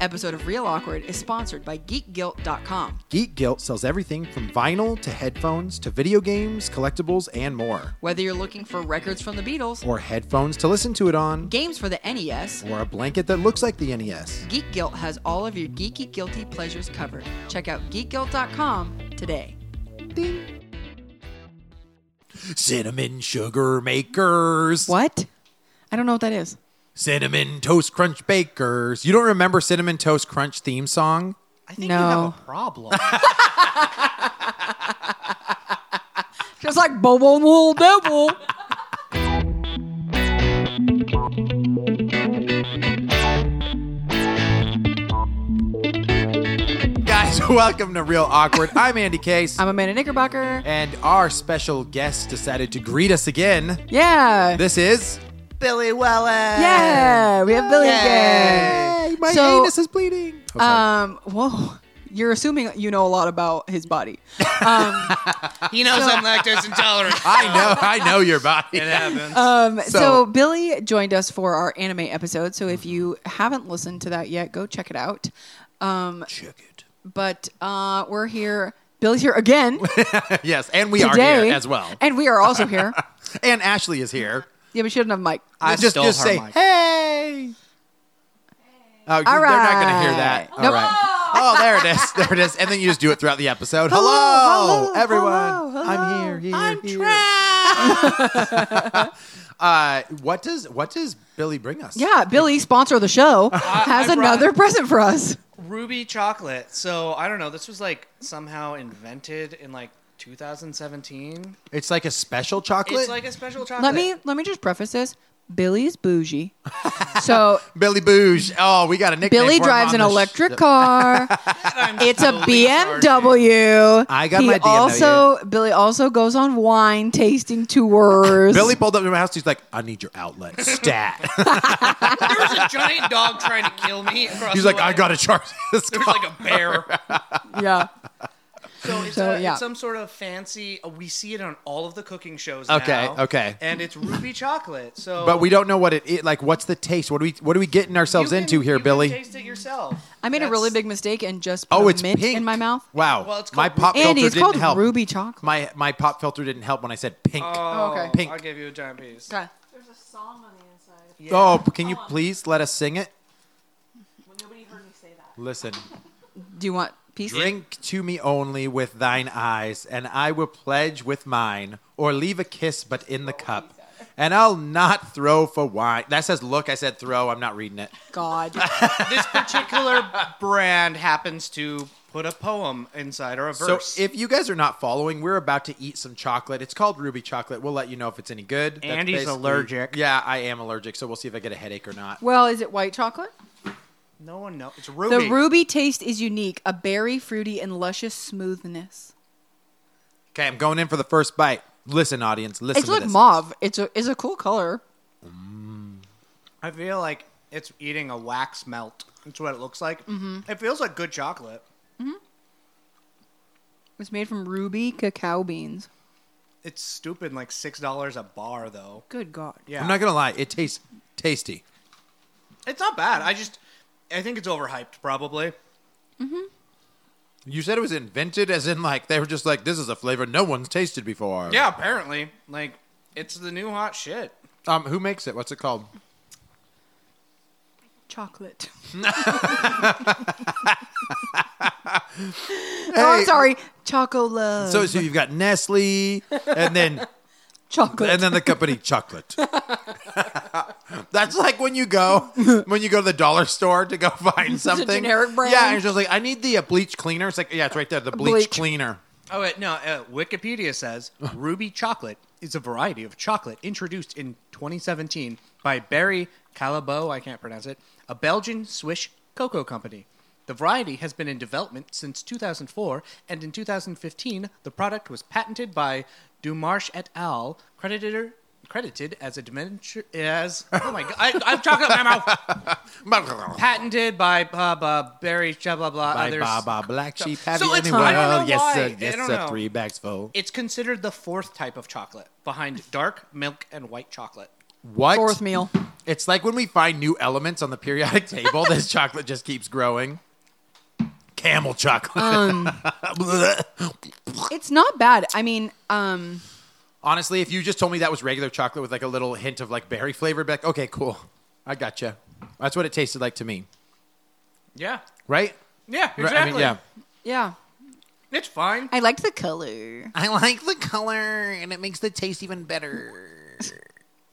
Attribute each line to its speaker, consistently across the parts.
Speaker 1: episode of Real Awkward is sponsored by GeekGuilt.com.
Speaker 2: Geek Guilt sells everything from vinyl to headphones to video games, collectibles, and more.
Speaker 1: Whether you're looking for records from the Beatles,
Speaker 2: Or headphones to listen to it on,
Speaker 1: games for the NES,
Speaker 2: or a blanket that looks like the E NES.
Speaker 1: Geek Guilt has all of your geeky guilty pleasures covered. Check out GeekGuilt.com today.
Speaker 2: Cinnamon sugar makers.
Speaker 1: What? I don't know what that is.
Speaker 2: Cinnamon toast crunch bakers. You don't remember Cinnamon Toast Crunch theme song?
Speaker 3: I think you have
Speaker 1: No.
Speaker 3: a problem.
Speaker 1: Just like Bobo Little Devil.
Speaker 2: Guys, welcome to Real Awkward. I'm Andy Case.
Speaker 1: I'm Amanda Knickerbocker.
Speaker 2: and our special guest decided to greet us again.
Speaker 1: Yeah.
Speaker 2: This is Billy Weller.
Speaker 1: Yeah. We have Billy again.
Speaker 2: Yay! My
Speaker 1: So-
Speaker 2: anus is bleeding. Oh, sorry.
Speaker 1: Um, whoa. You're assuming you know a lot about his body.
Speaker 3: he knows I'm lactose intolerant.
Speaker 2: I know, I know your body.
Speaker 3: It happens.
Speaker 1: Um, so,
Speaker 2: So-
Speaker 1: Billy joined us for our anime episode. So if you haven't listened to that yet, go check it out.
Speaker 2: Check it.
Speaker 1: But uh, we're here. Billy's here again
Speaker 2: Yes, and we
Speaker 1: today
Speaker 2: are here as well.
Speaker 1: and we are also here.
Speaker 2: And Ashley is here.
Speaker 1: Yeah, but she doesn't have a mic.
Speaker 2: I
Speaker 3: They
Speaker 2: just
Speaker 3: stole
Speaker 2: just
Speaker 3: her
Speaker 2: say
Speaker 3: mic.
Speaker 2: hey. Oh,
Speaker 1: All
Speaker 2: they're not going to hear
Speaker 1: right.
Speaker 2: that. All
Speaker 1: Nope.
Speaker 2: right. Oh, there it is. There it is. And then you just do it throughout the episode. Hello,
Speaker 1: Hello, hello,
Speaker 2: everyone.
Speaker 1: hello,
Speaker 2: I'm here. here
Speaker 3: I'm
Speaker 2: here.
Speaker 3: trapped.
Speaker 2: Uh, what does what does Billy bring us?
Speaker 1: Yeah, Billy, sponsor of the show, has
Speaker 3: I brought-
Speaker 1: another present for us.
Speaker 3: Ruby chocolate. So I don't know. This was like somehow invented in like 2017.
Speaker 2: It's like a special chocolate.
Speaker 3: It's like a special chocolate.
Speaker 1: Let me let me just preface this. Billy's bougie. So
Speaker 2: Billy Booge. Oh, we got a nickname.
Speaker 1: Billy
Speaker 2: for him
Speaker 1: drives
Speaker 2: on
Speaker 1: an
Speaker 2: the sh-
Speaker 1: electric car.
Speaker 3: I'm
Speaker 1: It's a
Speaker 3: totally sorry.
Speaker 1: BMW.
Speaker 2: I got
Speaker 1: he
Speaker 2: my BMW.
Speaker 1: also Billy also goes on wine tasting tours.
Speaker 2: Billy pulled up to my house. He's like, "I need your outlet stat."
Speaker 3: There was a giant dog trying to kill me. Across
Speaker 2: He's
Speaker 3: the
Speaker 2: like,
Speaker 3: way.
Speaker 2: "I got to charge this."
Speaker 3: There was like a bear.
Speaker 1: yeah.
Speaker 3: So it's,
Speaker 1: So,
Speaker 3: a,
Speaker 1: yeah.
Speaker 3: it's some sort of fancy. Uh, we see it on all of the cooking shows.
Speaker 2: Okay,
Speaker 3: now,
Speaker 2: okay.
Speaker 3: And it's ruby chocolate. So,
Speaker 2: But we don't know what it is. Like, what's the taste? What are we What are we getting
Speaker 3: you
Speaker 2: ourselves
Speaker 3: can-
Speaker 2: into here,
Speaker 3: you can
Speaker 2: Billy?
Speaker 3: taste it yourself.
Speaker 1: I made a
Speaker 3: That's-
Speaker 1: really big mistake and just put
Speaker 2: oh,
Speaker 1: a
Speaker 2: it's
Speaker 1: mint
Speaker 2: pink
Speaker 1: in my mouth.
Speaker 2: Wow.
Speaker 3: Well, it's
Speaker 2: my
Speaker 3: called
Speaker 2: pop
Speaker 1: Andy,
Speaker 2: filter
Speaker 1: it's called
Speaker 2: didn't help.
Speaker 1: ruby chocolate.
Speaker 2: My my pop filter didn't help when I said pink. Oh,
Speaker 3: Oh,
Speaker 1: okay.
Speaker 2: Pink.
Speaker 3: I'll give you a giant piece.
Speaker 1: Okay.
Speaker 4: There's a song on the inside.
Speaker 3: Yeah.
Speaker 2: Oh, can you please let us sing it?
Speaker 4: Well, nobody heard me say that.
Speaker 2: Listen,
Speaker 1: Do you want piece?
Speaker 2: drink to me only with thine eyes, and I will pledge with mine, or leave a kiss but in the cup, and I'll not throw for wine. That says look. I said throw. I'm not reading it.
Speaker 1: God.
Speaker 3: this particular brand happens to put a poem inside or a
Speaker 2: So
Speaker 3: verse.
Speaker 2: if you guys are not following, we're about to eat some chocolate. It's called Ruby chocolate. We'll let you know if it's any good. That's
Speaker 3: Andy's
Speaker 2: basically-
Speaker 3: allergic.
Speaker 2: Yeah, I am allergic, so we'll see if I get a headache or not.
Speaker 1: well, is it white chocolate?
Speaker 3: no one knows. It's
Speaker 1: The
Speaker 3: ruby.
Speaker 1: ruby taste is unique, a berry, fruity, and luscious smoothness.
Speaker 2: Okay, I'm going in for the first bite. Listen, audience, listen
Speaker 1: it's
Speaker 2: to
Speaker 1: like
Speaker 2: this.
Speaker 1: mauve. It's a it's a cool color.
Speaker 3: I feel like it's eating a wax melt. That's what it looks like. Mm-hmm. It feels like good chocolate.
Speaker 1: It's made from ruby cacao beans.
Speaker 3: It's stupid, like six dollars a bar though.
Speaker 1: Good God.
Speaker 3: Yeah,
Speaker 2: I'm not gonna lie, it tastes tasty.
Speaker 3: it's not bad. I just, I think it's overhyped probably.
Speaker 2: You said it was invented, as in like they were just like this is a flavor no one's tasted before.
Speaker 3: Yeah, apparently, like it's the new hot shit.
Speaker 2: Um, who makes it? What's it called?
Speaker 1: Chocolate. Oh,
Speaker 2: Hey.
Speaker 1: I'm sorry. Choco love.
Speaker 2: So, so you've got Nestle, and then
Speaker 1: chocolate.
Speaker 2: and then the company chocolate. That's like when you go when you go to the dollar store to go find something.
Speaker 1: generic brand.
Speaker 2: Yeah, and it's just like I need the uh, bleach cleaner. It's like yeah, it's right there, the bleach,
Speaker 1: Bleach.
Speaker 2: cleaner.
Speaker 3: Oh wait, no. Uh, Wikipedia says ruby chocolate is a variety of chocolate introduced in 2017 by Barry Calabo. I can't pronounce it. A Belgian Swiss cocoa company. The variety has been in development since 2004, and in 2015, the product was patented by Dumarche et al. credited credited as a dimension as oh my god, I, I have chocolate in my mouth. Patented by blah blah Barry blah blah blah.
Speaker 2: Bye,
Speaker 3: others.
Speaker 2: bye, bye, black sheep. Have
Speaker 3: So
Speaker 2: you
Speaker 3: it's-
Speaker 2: any
Speaker 3: I don't know
Speaker 2: world? Yes,
Speaker 3: why.
Speaker 2: sir.
Speaker 3: I
Speaker 2: Yes,
Speaker 3: don't
Speaker 2: sir.
Speaker 3: know.
Speaker 2: Three bags full.
Speaker 3: It's considered the fourth type of chocolate, behind dark milk and white chocolate.
Speaker 2: What?
Speaker 1: Fourth meal.
Speaker 2: It's like when we find new elements on the periodic table, this chocolate just keeps growing. Camel chocolate.
Speaker 1: Um, It's not bad. I mean, um,
Speaker 2: Honestly, if you just told me that was regular chocolate with like a little hint of like berry flavor, I'd be like, okay, cool. I gotcha. That's what it tasted like to me.
Speaker 3: Yeah.
Speaker 2: Right?
Speaker 3: Yeah,
Speaker 2: Right,
Speaker 3: exactly.
Speaker 2: I mean, yeah.
Speaker 1: yeah.
Speaker 3: It's fine.
Speaker 1: I liked the color.
Speaker 2: I like the color and it makes the taste even better.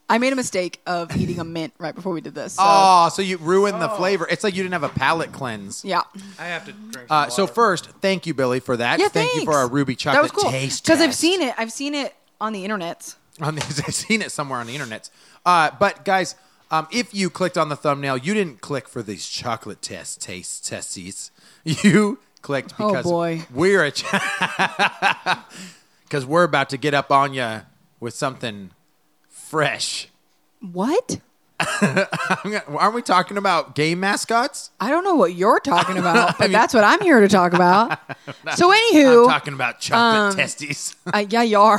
Speaker 1: I made a mistake of eating a mint right before we did this. So,
Speaker 2: Oh, so you ruined the flavor. It's like you didn't have a palate cleanse.
Speaker 1: yeah.
Speaker 3: I have to drink. Some
Speaker 2: Uh, so
Speaker 3: water.
Speaker 2: first, thank you, Billy, for that.
Speaker 1: Yeah,
Speaker 2: thank you for
Speaker 1: thanks.
Speaker 2: our ruby
Speaker 1: That was
Speaker 2: chocolate
Speaker 1: cool.
Speaker 2: taste.
Speaker 1: Because I've
Speaker 2: test.
Speaker 1: seen it. I've seen it on the internet.
Speaker 2: on these. I've seen it somewhere on the internet. Uh, but guys, um, if you clicked on the thumbnail, you didn't click for these chocolate test taste testies. You clicked
Speaker 1: Oh,
Speaker 2: because
Speaker 1: boy.
Speaker 2: we're a because we're about to get up on you with something fresh.
Speaker 1: What?
Speaker 2: I'm gonna- Aren't we talking about game mascots?
Speaker 1: I don't know what you're talking about, but that's what I'm here to talk about. so,
Speaker 2: I'm
Speaker 1: anywho,
Speaker 2: talking about chocolate testes.
Speaker 1: uh, yeah, you are.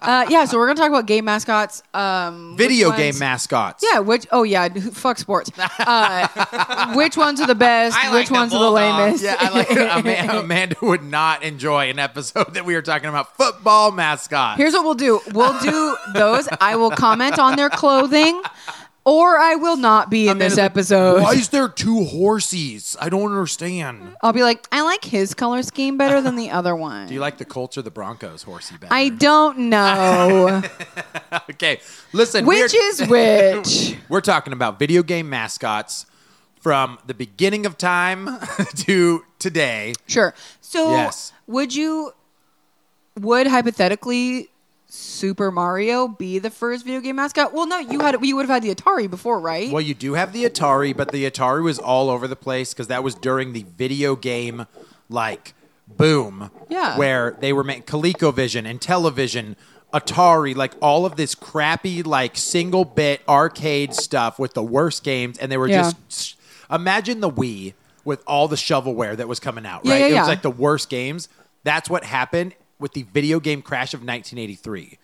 Speaker 1: Uh, yeah, so we're gonna talk about game mascots. Um, which
Speaker 2: Video game
Speaker 1: ones-
Speaker 2: mascots.
Speaker 1: Yeah, which oh yeah, who- fuck sports. Uh, which ones are the best?
Speaker 3: I like
Speaker 1: which
Speaker 3: the
Speaker 1: ones are the
Speaker 3: Bulldogs.
Speaker 1: lamest?
Speaker 2: Yeah, I like Amanda, Amanda would not enjoy an episode that we are talking about football mascots.
Speaker 1: Here's what we'll do. We'll do those. I will comment on their clothing, or I will not be in this episode.
Speaker 2: Why is there two horses? I don't understand.
Speaker 1: I'll be like, I like his color scheme better than the other one.
Speaker 2: Do you like the Colts or the Broncos horsey better?
Speaker 1: I don't know
Speaker 2: okay, listen.
Speaker 1: which
Speaker 2: we're,
Speaker 1: is which.
Speaker 2: we're talking about video game mascots from the beginning of time to today.
Speaker 1: Sure. So,
Speaker 2: Yes.
Speaker 1: would you, would hypothetically Super Mario be the first video game mascot? Well, no, you had you would have had the Atari before, right?
Speaker 2: Well, you do have the Atari, but the Atari was all over the place because that was during the video game like boom.
Speaker 1: Yeah.
Speaker 2: Where they were making ColecoVision and television, Atari, like all of this crappy, like single bit arcade stuff with the worst games. And they were
Speaker 1: Yeah.
Speaker 2: just imagine the Wii with all the shovelware that was coming out,
Speaker 1: Yeah,
Speaker 2: right?
Speaker 1: yeah,
Speaker 2: it
Speaker 1: yeah.
Speaker 2: was like the worst games. That's what happened with the video game crash of 1983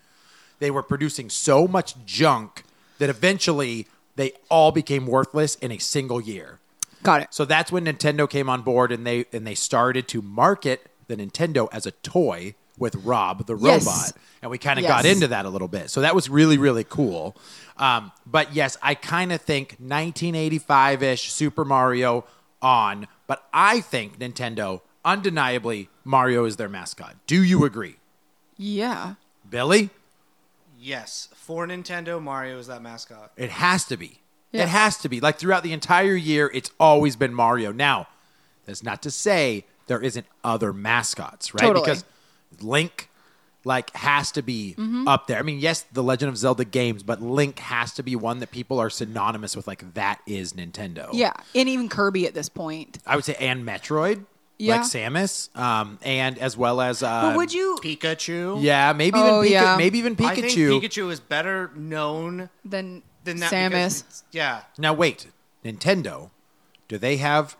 Speaker 2: they were producing so much junk that eventually they all became worthless in a single year.
Speaker 1: Got it.
Speaker 2: So that's when Nintendo came on board and they and they started to market the Nintendo as a toy with Rob the
Speaker 1: Yes.
Speaker 2: robot. And we kind of
Speaker 1: Yes.
Speaker 2: got into that a little bit. So that was really really cool. Um, but yes, I kind of think 1985-ish Super Mario on, but I think Nintendo undeniably Mario is their mascot. Do you agree?
Speaker 1: Yeah.
Speaker 2: Billy?
Speaker 3: yes, for Nintendo, Mario is that mascot.
Speaker 2: It has to be.
Speaker 1: Yeah.
Speaker 2: It has to be. Like throughout the entire year, it's always been Mario. Now, that's not to say there isn't other mascots, right?
Speaker 1: Totally.
Speaker 2: Because Link like has to be
Speaker 1: Mm-hmm.
Speaker 2: up there. I mean, yes, the Legend of Zelda games, but Link has to be one that people are synonymous with like that is Nintendo.
Speaker 1: Yeah. And even Kirby at this point.
Speaker 2: I would say and Metroid,
Speaker 1: Yeah.
Speaker 2: like Samus, um and as well as uh
Speaker 1: But would you
Speaker 3: Pikachu.
Speaker 2: Yeah, maybe
Speaker 1: Oh,
Speaker 2: even Pika-
Speaker 1: yeah.
Speaker 2: maybe even Pikachu.
Speaker 3: I think Pikachu is better known
Speaker 1: then,
Speaker 3: than that. because
Speaker 1: Samus?
Speaker 3: it's- Yeah,
Speaker 2: Now wait, Nintendo, do they have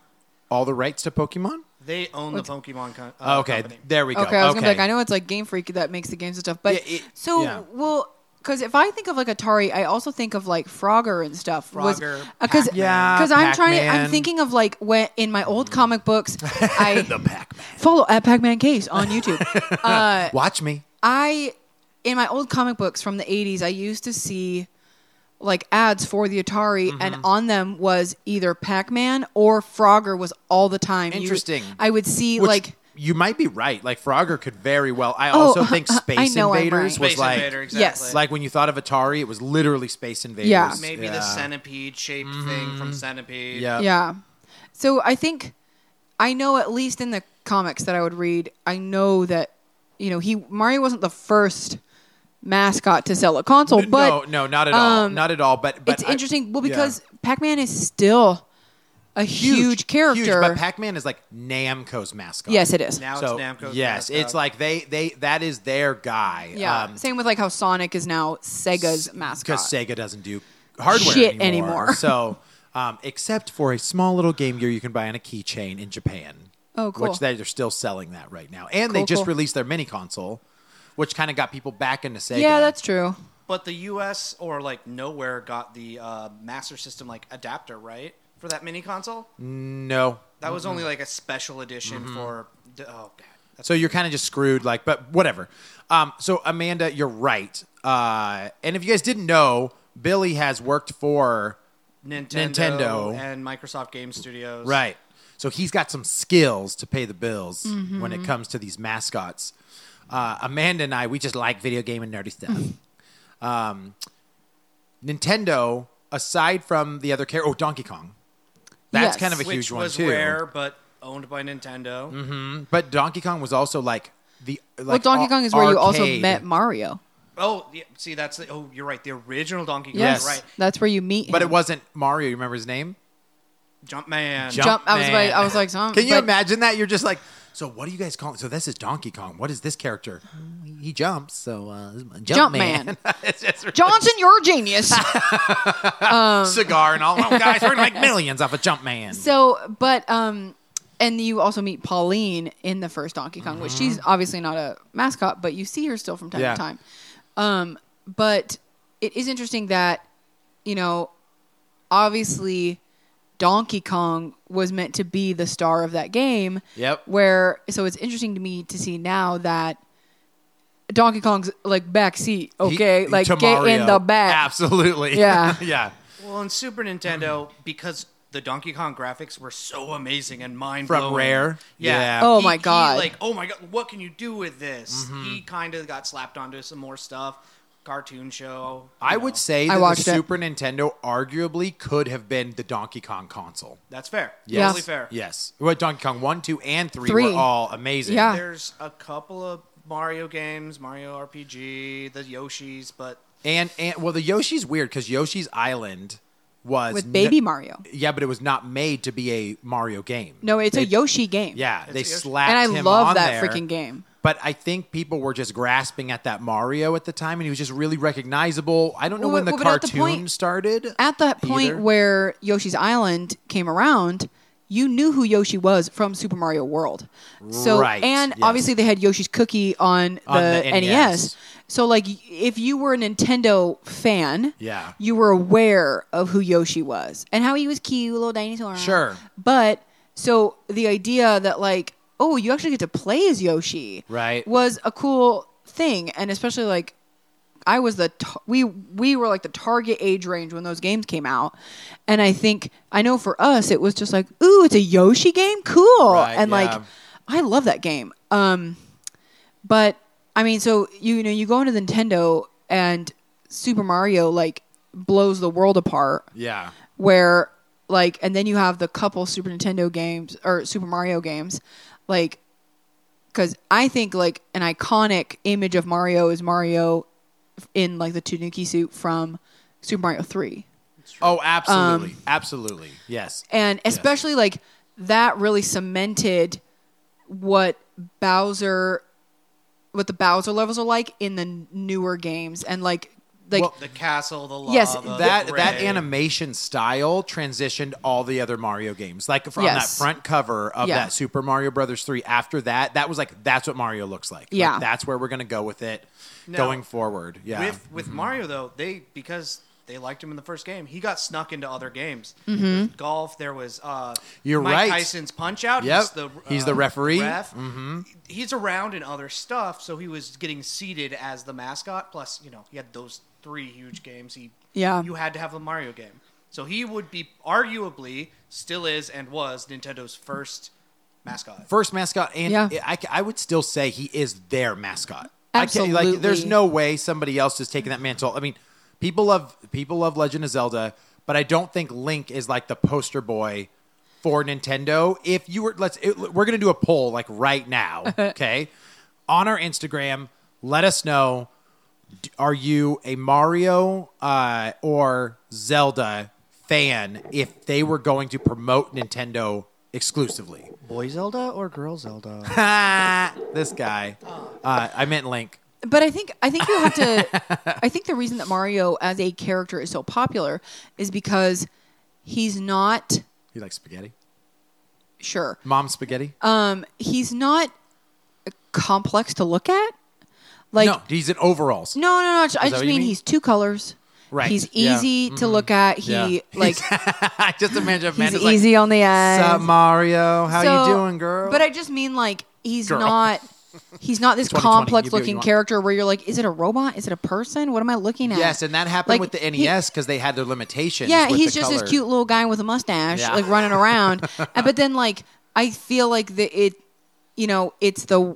Speaker 2: all the rights to Pokemon?
Speaker 3: they own the Pokemon. Con- uh,
Speaker 2: Oh, Okay,
Speaker 3: company.
Speaker 2: there we go.
Speaker 1: Okay, I was gonna be like, I know it's like Game Freak that makes the games and stuff, but
Speaker 2: Yeah, it-
Speaker 1: so
Speaker 2: yeah.
Speaker 1: well, because if I think of like Atari, I also think of like Frogger and stuff.
Speaker 3: Frogger,
Speaker 1: because
Speaker 3: Pac-Man.
Speaker 2: Yeah,
Speaker 1: because I'm trying to, I'm
Speaker 2: Pac-Man. Mm-hmm.
Speaker 1: thinking of like when in my old comic books, I
Speaker 2: Pac-Man.
Speaker 1: follow at Pac-Man Case on YouTube. uh,
Speaker 2: Watch me.
Speaker 1: I in my old comic books from the 80s, I used to see like ads for the Atari,
Speaker 2: Mm-hmm.
Speaker 1: and on them was either Pac-Man or Frogger was all the time. You-
Speaker 2: Interesting.
Speaker 1: I would see
Speaker 2: Which
Speaker 1: like. Oh,
Speaker 2: you might be right. Like Frogger could very well. I also think
Speaker 1: I
Speaker 2: Space
Speaker 1: know I'm
Speaker 2: Invaders
Speaker 1: right.
Speaker 2: was
Speaker 3: Space
Speaker 2: like
Speaker 3: Invader, exactly.
Speaker 1: Yes.
Speaker 2: like when you thought of Atari, it was literally Space Invaders.
Speaker 1: Yeah.
Speaker 3: maybe the centipede shaped thing from Centipede.
Speaker 2: Yeah.
Speaker 1: Yeah. So I think I know at least in the comics that I would read, I know that you know, he Mario wasn't the first mascot to sell a console, but
Speaker 2: no, no, not at all.
Speaker 1: um,
Speaker 2: not at all. But, but uh,
Speaker 1: it's
Speaker 2: I-
Speaker 1: interesting well
Speaker 2: yeah.
Speaker 1: because Pac-Man is still a huge, character.
Speaker 2: Huge, but Pac-Man is like Namco's mascot.
Speaker 1: yes, it is.
Speaker 3: Now
Speaker 2: so
Speaker 3: it's Namco's.
Speaker 2: yes,
Speaker 3: mascot.
Speaker 2: it's like they they that is their guy.
Speaker 1: Yeah.
Speaker 2: Um,
Speaker 1: Same with like how Sonic is now Sega's mascot.
Speaker 2: because Sega doesn't do hardware
Speaker 1: Shit anymore.
Speaker 2: anymore. so, um, except for a small little Game Gear you can buy on a keychain in Japan.
Speaker 1: Oh, cool.
Speaker 2: Which they're still selling that right now, and they
Speaker 1: Cool,
Speaker 2: just
Speaker 1: cool.
Speaker 2: released their mini console, which kind of got people back into Sega.
Speaker 1: yeah, that's true.
Speaker 3: But the U.S. or like nowhere got the uh, Master System like adapter right for that mini console.
Speaker 2: No.
Speaker 3: That was
Speaker 2: Mm-hmm.
Speaker 3: only like a special edition for. d- Oh god. That's
Speaker 2: So you're kind of just screwed, like, but whatever. Um, so Amanda, you're right. Uh, and if you guys didn't know, Billy has worked for
Speaker 3: Nintendo,
Speaker 2: Nintendo.
Speaker 3: and Microsoft Game Studios.
Speaker 2: right. So he's got some skills to pay the bills
Speaker 1: Mm-hmm.
Speaker 2: when it comes to these mascots. Uh, Amanda and I, we just like video game and nerdy stuff. um, Nintendo, aside from the other character, oh Donkey Kong, that's
Speaker 1: Yes.
Speaker 2: kind of a
Speaker 3: Which
Speaker 2: huge one
Speaker 3: was
Speaker 2: too. Mm-hmm.
Speaker 3: rare, but owned by Nintendo.
Speaker 2: But Donkey Kong was also like the like
Speaker 1: well, Donkey
Speaker 2: ar-
Speaker 1: Kong is where you also
Speaker 2: arcade.
Speaker 1: met Mario.
Speaker 3: Oh, yeah, see, that's the. Oh, you're right. The original Donkey Kong.
Speaker 1: Yes,
Speaker 3: Right.
Speaker 1: that's where you meet.
Speaker 2: but
Speaker 1: him.
Speaker 2: it wasn't Mario. You remember his name?
Speaker 3: Jumpman.
Speaker 2: Jump-
Speaker 1: jump. I was like,
Speaker 2: Jumpman.
Speaker 1: I was like, some,
Speaker 2: Can you
Speaker 1: but-
Speaker 2: imagine that? You're just like, so what do you guys call it? So this is Donkey Kong. What is this character?
Speaker 1: Oh,
Speaker 2: He jumps. So uh, jump, man. it's just a
Speaker 1: Johnson, you're a genius.
Speaker 2: cigar and all. Oh, guys, we're gonna make millions off a jump man.
Speaker 1: so, but um, and you also meet Pauline in the first Donkey Kong, which she's obviously not a mascot, but you see her still from time
Speaker 2: Mm-hmm. Yeah.
Speaker 1: to time. Um, but it is interesting that you know, obviously, Donkey Kong was meant to be the star of that game.
Speaker 2: Yep.
Speaker 1: Where so it's interesting to me to see now that. Donkey Kong's like backseat, okay?
Speaker 2: He-
Speaker 1: like
Speaker 2: to
Speaker 1: get in
Speaker 2: Mario.
Speaker 1: the back.
Speaker 2: Absolutely.
Speaker 1: Yeah.
Speaker 2: yeah.
Speaker 3: Well, in Super Nintendo,
Speaker 2: Mm-hmm.
Speaker 3: because the Donkey Kong graphics were so amazing and mind
Speaker 2: From
Speaker 3: blowing.
Speaker 2: Rare? Yeah.
Speaker 3: yeah.
Speaker 1: Oh my God.
Speaker 3: like, oh my god, what can you do with this?
Speaker 2: Mm-hmm.
Speaker 3: He kind of got slapped onto some more stuff, cartoon show. you
Speaker 2: I
Speaker 3: know.
Speaker 2: would say
Speaker 1: I
Speaker 2: that the
Speaker 1: watched it.
Speaker 2: Super Nintendo arguably could have been the Donkey Kong console.
Speaker 3: that's fair.
Speaker 1: Yes.
Speaker 3: Totally fair.
Speaker 2: Yes. Well, Donkey Kong 1, 2, and 3,
Speaker 1: Three.
Speaker 2: were all amazing.
Speaker 1: Yeah.
Speaker 3: There's a couple of Mario games, Mario RPG, the Yoshi's, but
Speaker 2: And, and well, the Yoshi's weird because Yoshi's Island was.
Speaker 1: with
Speaker 2: n-
Speaker 1: Baby Mario.
Speaker 2: Yeah, but it was not made to be a Mario game.
Speaker 1: No, it's a
Speaker 2: They-
Speaker 1: Yoshi game.
Speaker 2: Yeah, they
Speaker 3: It's a Yoshi-
Speaker 2: slapped
Speaker 1: and I
Speaker 2: him
Speaker 1: love
Speaker 2: on
Speaker 1: that
Speaker 2: there.
Speaker 1: freaking game.
Speaker 2: But I think people were just grasping at that Mario at the time, and he was just really recognizable. I don't know
Speaker 1: Well,
Speaker 2: when the
Speaker 1: well, but at the
Speaker 2: cartoon
Speaker 1: point-
Speaker 2: started.
Speaker 1: At that point
Speaker 2: either.
Speaker 1: where Yoshi's Island came around, you knew who Yoshi was from Super Mario World. So
Speaker 2: Right,
Speaker 1: and
Speaker 2: yes.
Speaker 1: obviously they had Yoshi's Cookie on the,
Speaker 2: On the E
Speaker 1: NES.
Speaker 2: NES.
Speaker 1: So like y- if you were a Nintendo fan,
Speaker 2: Yeah.
Speaker 1: you were aware of who Yoshi was and how he was cute, little dinosaur.
Speaker 2: Sure.
Speaker 1: But so the idea that like, oh, you actually get to play as Yoshi,
Speaker 2: Right.
Speaker 1: was a cool thing, and especially like I was the t- we we were like the target age range when those games came out, and I think I know for us it was just like, ooh, it's a Yoshi game, cool,
Speaker 2: Right,
Speaker 1: and
Speaker 2: yeah.
Speaker 1: like I love that game. Um, but I mean, so you know, you go into Nintendo and Super Mario like blows the world apart
Speaker 2: yeah,
Speaker 1: where like and then you have the couple Super Nintendo games or Super Mario games like cuz I think like an iconic image of Mario is Mario in like the Tanuki suit from Super Mario 3
Speaker 2: oh, absolutely, absolutely, yes,
Speaker 1: Um, and especially like that really cemented what Bowser what the Bowser levels are like in the n- newer games and like like
Speaker 2: Well,
Speaker 3: the castle, the lava,
Speaker 1: Yes,
Speaker 3: the
Speaker 2: that that
Speaker 3: raid.
Speaker 2: animation style transitioned all the other Mario games. Like from that
Speaker 1: Yes.
Speaker 2: front cover of
Speaker 1: Yeah.
Speaker 2: that Super Mario Brothers three. After that, that was like that's what Mario looks like. Like,
Speaker 1: Yeah.
Speaker 2: that's where we're gonna go with it
Speaker 3: No.
Speaker 2: going forward. Yeah, Mm-hmm.
Speaker 3: With with Mario though, they because they liked him in the first game, he got snuck into other games. There's golf, there was uh,
Speaker 2: Mm-hmm. You're
Speaker 3: Mike
Speaker 2: right.
Speaker 3: Tyson's Punch Out.
Speaker 2: Yep. He's the referee.
Speaker 3: Mm-hmm. He's around in other stuff, so he was getting seated as the mascot. Plus, you know, he had those three huge games. He
Speaker 1: Yeah.
Speaker 3: you had to have a Mario game, so he would be arguably still is and was Nintendo's first mascot.
Speaker 2: first mascot, and
Speaker 1: Yeah.
Speaker 2: I, I would still say he is their mascot. I can't,
Speaker 1: Absolutely.
Speaker 2: like, there's no way somebody else is taking that mantle. I mean, people love people love Legend of Zelda, but I don't think Link is like the poster boy for Nintendo. If you were, let's, it, we're gonna do a poll like right now, okay, on our Instagram. Let us know are you a Mario uh, or Zelda fan if they were going to promote Nintendo exclusively?
Speaker 3: Boy Zelda or girl Zelda?
Speaker 2: Ah, this guy.
Speaker 1: Oh.
Speaker 2: Uh, I meant Link.
Speaker 1: But I think I think you have to. I think the reason that Mario as a character is so popular is because he's not
Speaker 2: He likes spaghetti.
Speaker 1: sure.
Speaker 2: Mom spaghetti.
Speaker 1: Um, he's not complex to look at. Like
Speaker 2: no, he's in overalls.
Speaker 1: No, no, no. I
Speaker 2: that
Speaker 1: just
Speaker 2: what you
Speaker 1: mean,
Speaker 2: mean?
Speaker 1: he's two colors.
Speaker 2: Right.
Speaker 1: He's
Speaker 2: Yeah. Mm-hmm.
Speaker 1: easy to look at. He
Speaker 2: Yeah.
Speaker 1: like
Speaker 2: I just imagine
Speaker 1: he's
Speaker 2: Amanda's
Speaker 1: easy
Speaker 2: like,
Speaker 1: on the eyes.
Speaker 2: "Sup, Mario? How
Speaker 1: So-
Speaker 2: you doing, girl?"
Speaker 1: But I just mean like he's
Speaker 2: Girl.
Speaker 1: not. He's not this
Speaker 2: 2020, you
Speaker 1: complex
Speaker 2: do what you
Speaker 1: looking
Speaker 2: want.
Speaker 1: character where you're like, is it a robot? Is it a person? What am I looking at?
Speaker 2: yes, and that happened
Speaker 1: Like,
Speaker 2: with the
Speaker 1: he-
Speaker 2: NES because they had their limitations.
Speaker 1: Yeah,
Speaker 2: with
Speaker 1: he's
Speaker 2: the
Speaker 1: just
Speaker 2: color.
Speaker 1: this cute little guy with a mustache,
Speaker 2: Yeah.
Speaker 1: like running around. And- but then, like, I feel like the it, you know, it's the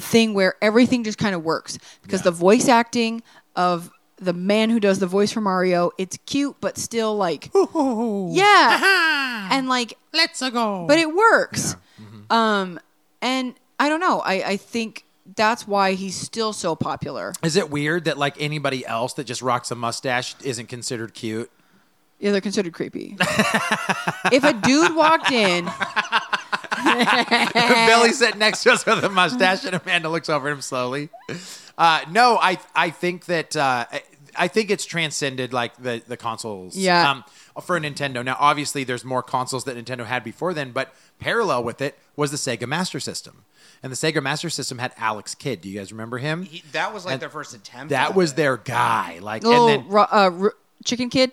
Speaker 1: thing where everything just kind of works because the voice acting of the man who does the voice for Mario, it's cute, but still like, yeah, and like
Speaker 2: Ah, Let's go.
Speaker 1: but it works.
Speaker 2: Mm-hmm.
Speaker 1: Um, and I don't know. I, I think that's why he's still so popular.
Speaker 2: Is it weird that like anybody else that just rocks a mustache isn't considered cute?
Speaker 1: Yeah, they're considered creepy. if a dude walked in,
Speaker 2: Billy sitting next to us with a mustache, and Amanda looks over at him slowly. Uh, no, I I think that uh, I- I think it's transcended like the the consoles. Um,
Speaker 1: Yeah.
Speaker 2: for Nintendo now, obviously there's more consoles that Nintendo had before then, but parallel with it was the Sega Master System, and the Sega Master System had Alex Kidd. Do you guys remember him?
Speaker 3: He, that was like
Speaker 2: And
Speaker 3: their first attempt.
Speaker 2: that
Speaker 3: at
Speaker 2: was
Speaker 3: it.
Speaker 2: their guy. Like,
Speaker 1: little
Speaker 2: and then
Speaker 1: ro- uh, ro- chicken kid.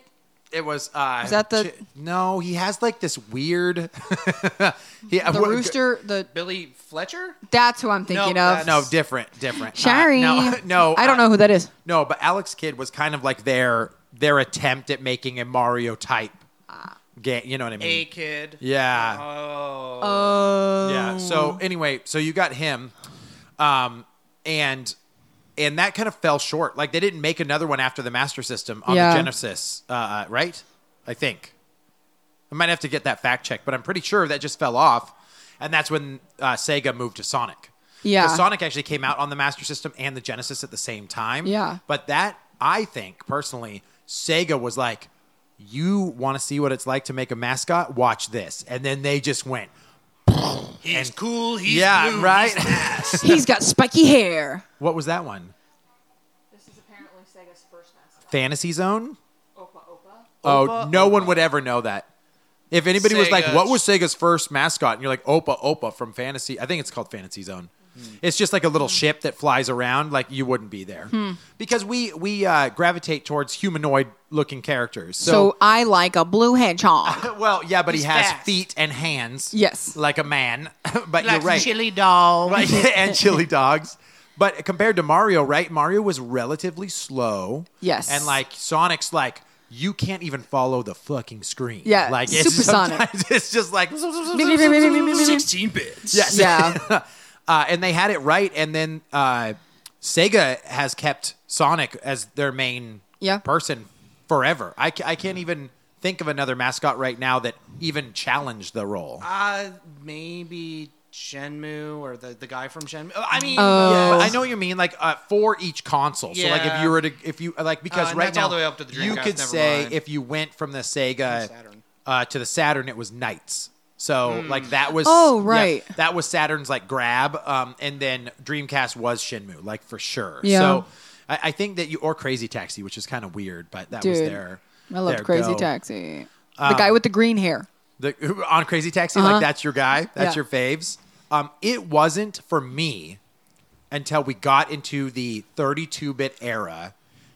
Speaker 2: It was. Uh,
Speaker 1: Is that the-
Speaker 2: no, he has like this weird. he,
Speaker 1: The rooster, the
Speaker 3: Billy Fletcher.
Speaker 1: that's who I'm thinking
Speaker 3: No,
Speaker 1: of.
Speaker 3: that's-
Speaker 2: No, different, different. Uh,
Speaker 1: Sorry,
Speaker 2: no, no.
Speaker 1: I don't
Speaker 2: uh,
Speaker 1: know who that is.
Speaker 2: No, but Alex Kidd was kind of like their their attempt at making a Mario type
Speaker 1: Ah.
Speaker 2: game. You know what I mean?
Speaker 3: A kid.
Speaker 2: Mm. Yeah.
Speaker 3: Oh.
Speaker 1: Oh,
Speaker 2: Yeah. So anyway, so you got him, um, and and that kind of fell short. Like they didn't make another one after the Master System on
Speaker 1: Yeah.
Speaker 2: the Genesis, uh, right? I think. I might have to get that fact checked, but I'm pretty sure that just fell off, and that's when uh, Sega moved to Sonic.
Speaker 1: Yeah.
Speaker 2: 'Cause Sonic actually came out on the Master System and the Genesis at the same time.
Speaker 1: Yeah.
Speaker 2: But that I think personally, Sega was like, "You want to see what it's like to make a mascot? Watch this," and then they just went
Speaker 3: He's cool. He's
Speaker 2: yeah,
Speaker 3: blue,
Speaker 2: right.
Speaker 1: he's got spiky hair.
Speaker 2: what was that one?
Speaker 4: This is apparently Sega's first mascot.
Speaker 2: Fantasy Zone?
Speaker 4: Opa Opa.
Speaker 2: oh, no one would ever know that. If anybody was like,
Speaker 3: Sega.
Speaker 2: "What was Sega's first mascot?" and you're like, "Opa Opa from Fantasy," I think it's called Fantasy Zone. It's just like a little ship that flies around. Like you wouldn't be there because we we uh, gravitate towards humanoid looking characters.
Speaker 1: So,
Speaker 2: So,
Speaker 1: I like a blue hedgehog.
Speaker 2: well, yeah, but
Speaker 3: He's
Speaker 2: he has
Speaker 3: fast.
Speaker 2: feet and hands.
Speaker 1: Yes.
Speaker 2: like a man. but
Speaker 3: Like
Speaker 2: you're right.
Speaker 3: chili dog.
Speaker 2: Right, and chili dogs. But compared to Mario, right? Mario was relatively slow.
Speaker 1: Yes.
Speaker 2: And like Sonic's like you can't even follow the fucking screen.
Speaker 1: Yeah,
Speaker 2: Like
Speaker 1: supersonic.
Speaker 2: sometimes It's just like
Speaker 3: Sixteen bits.
Speaker 2: Yes.
Speaker 1: yeah,
Speaker 2: Uh, and they had it right, and then uh, Sega has kept Sonic as their main
Speaker 1: Yeah.
Speaker 2: person forever. I, ca- I can't even think of another mascot right now that even challenged the role.
Speaker 3: Uh, maybe Shenmue or the, the guy from Shenmue. I mean,
Speaker 2: Yeah,
Speaker 1: Oh.
Speaker 2: but I know what you mean. Like uh, for each console. So like if
Speaker 3: Yeah.
Speaker 2: you were to, if you like because
Speaker 3: Uh, and
Speaker 2: right
Speaker 3: that's
Speaker 2: now
Speaker 3: all the way up to the
Speaker 2: you
Speaker 3: Dreamcast,
Speaker 2: could
Speaker 3: never
Speaker 2: say
Speaker 3: mind.
Speaker 2: if you went from the Sega
Speaker 3: Saturn. Hmm.
Speaker 2: uh, to the Saturn, it was Knights. So like that was
Speaker 1: Oh,
Speaker 2: yeah,
Speaker 1: right.
Speaker 2: that was Saturn's like grab, um, and then Dreamcast was Shinmu, like for sure.
Speaker 1: Yeah.
Speaker 2: So I, I think that you or Crazy Taxi, which is kind of weird, but that was
Speaker 1: Dude,
Speaker 2: their.
Speaker 1: I loved
Speaker 2: their
Speaker 1: Crazy
Speaker 2: go. Uh,
Speaker 1: Taxi. the guy with the green hair.
Speaker 2: The, on Crazy Taxi,
Speaker 1: Uh-huh.
Speaker 2: like that's your guy, that's
Speaker 1: Yeah.
Speaker 2: your faves. Um, it wasn't for me until we got into the 32-bit era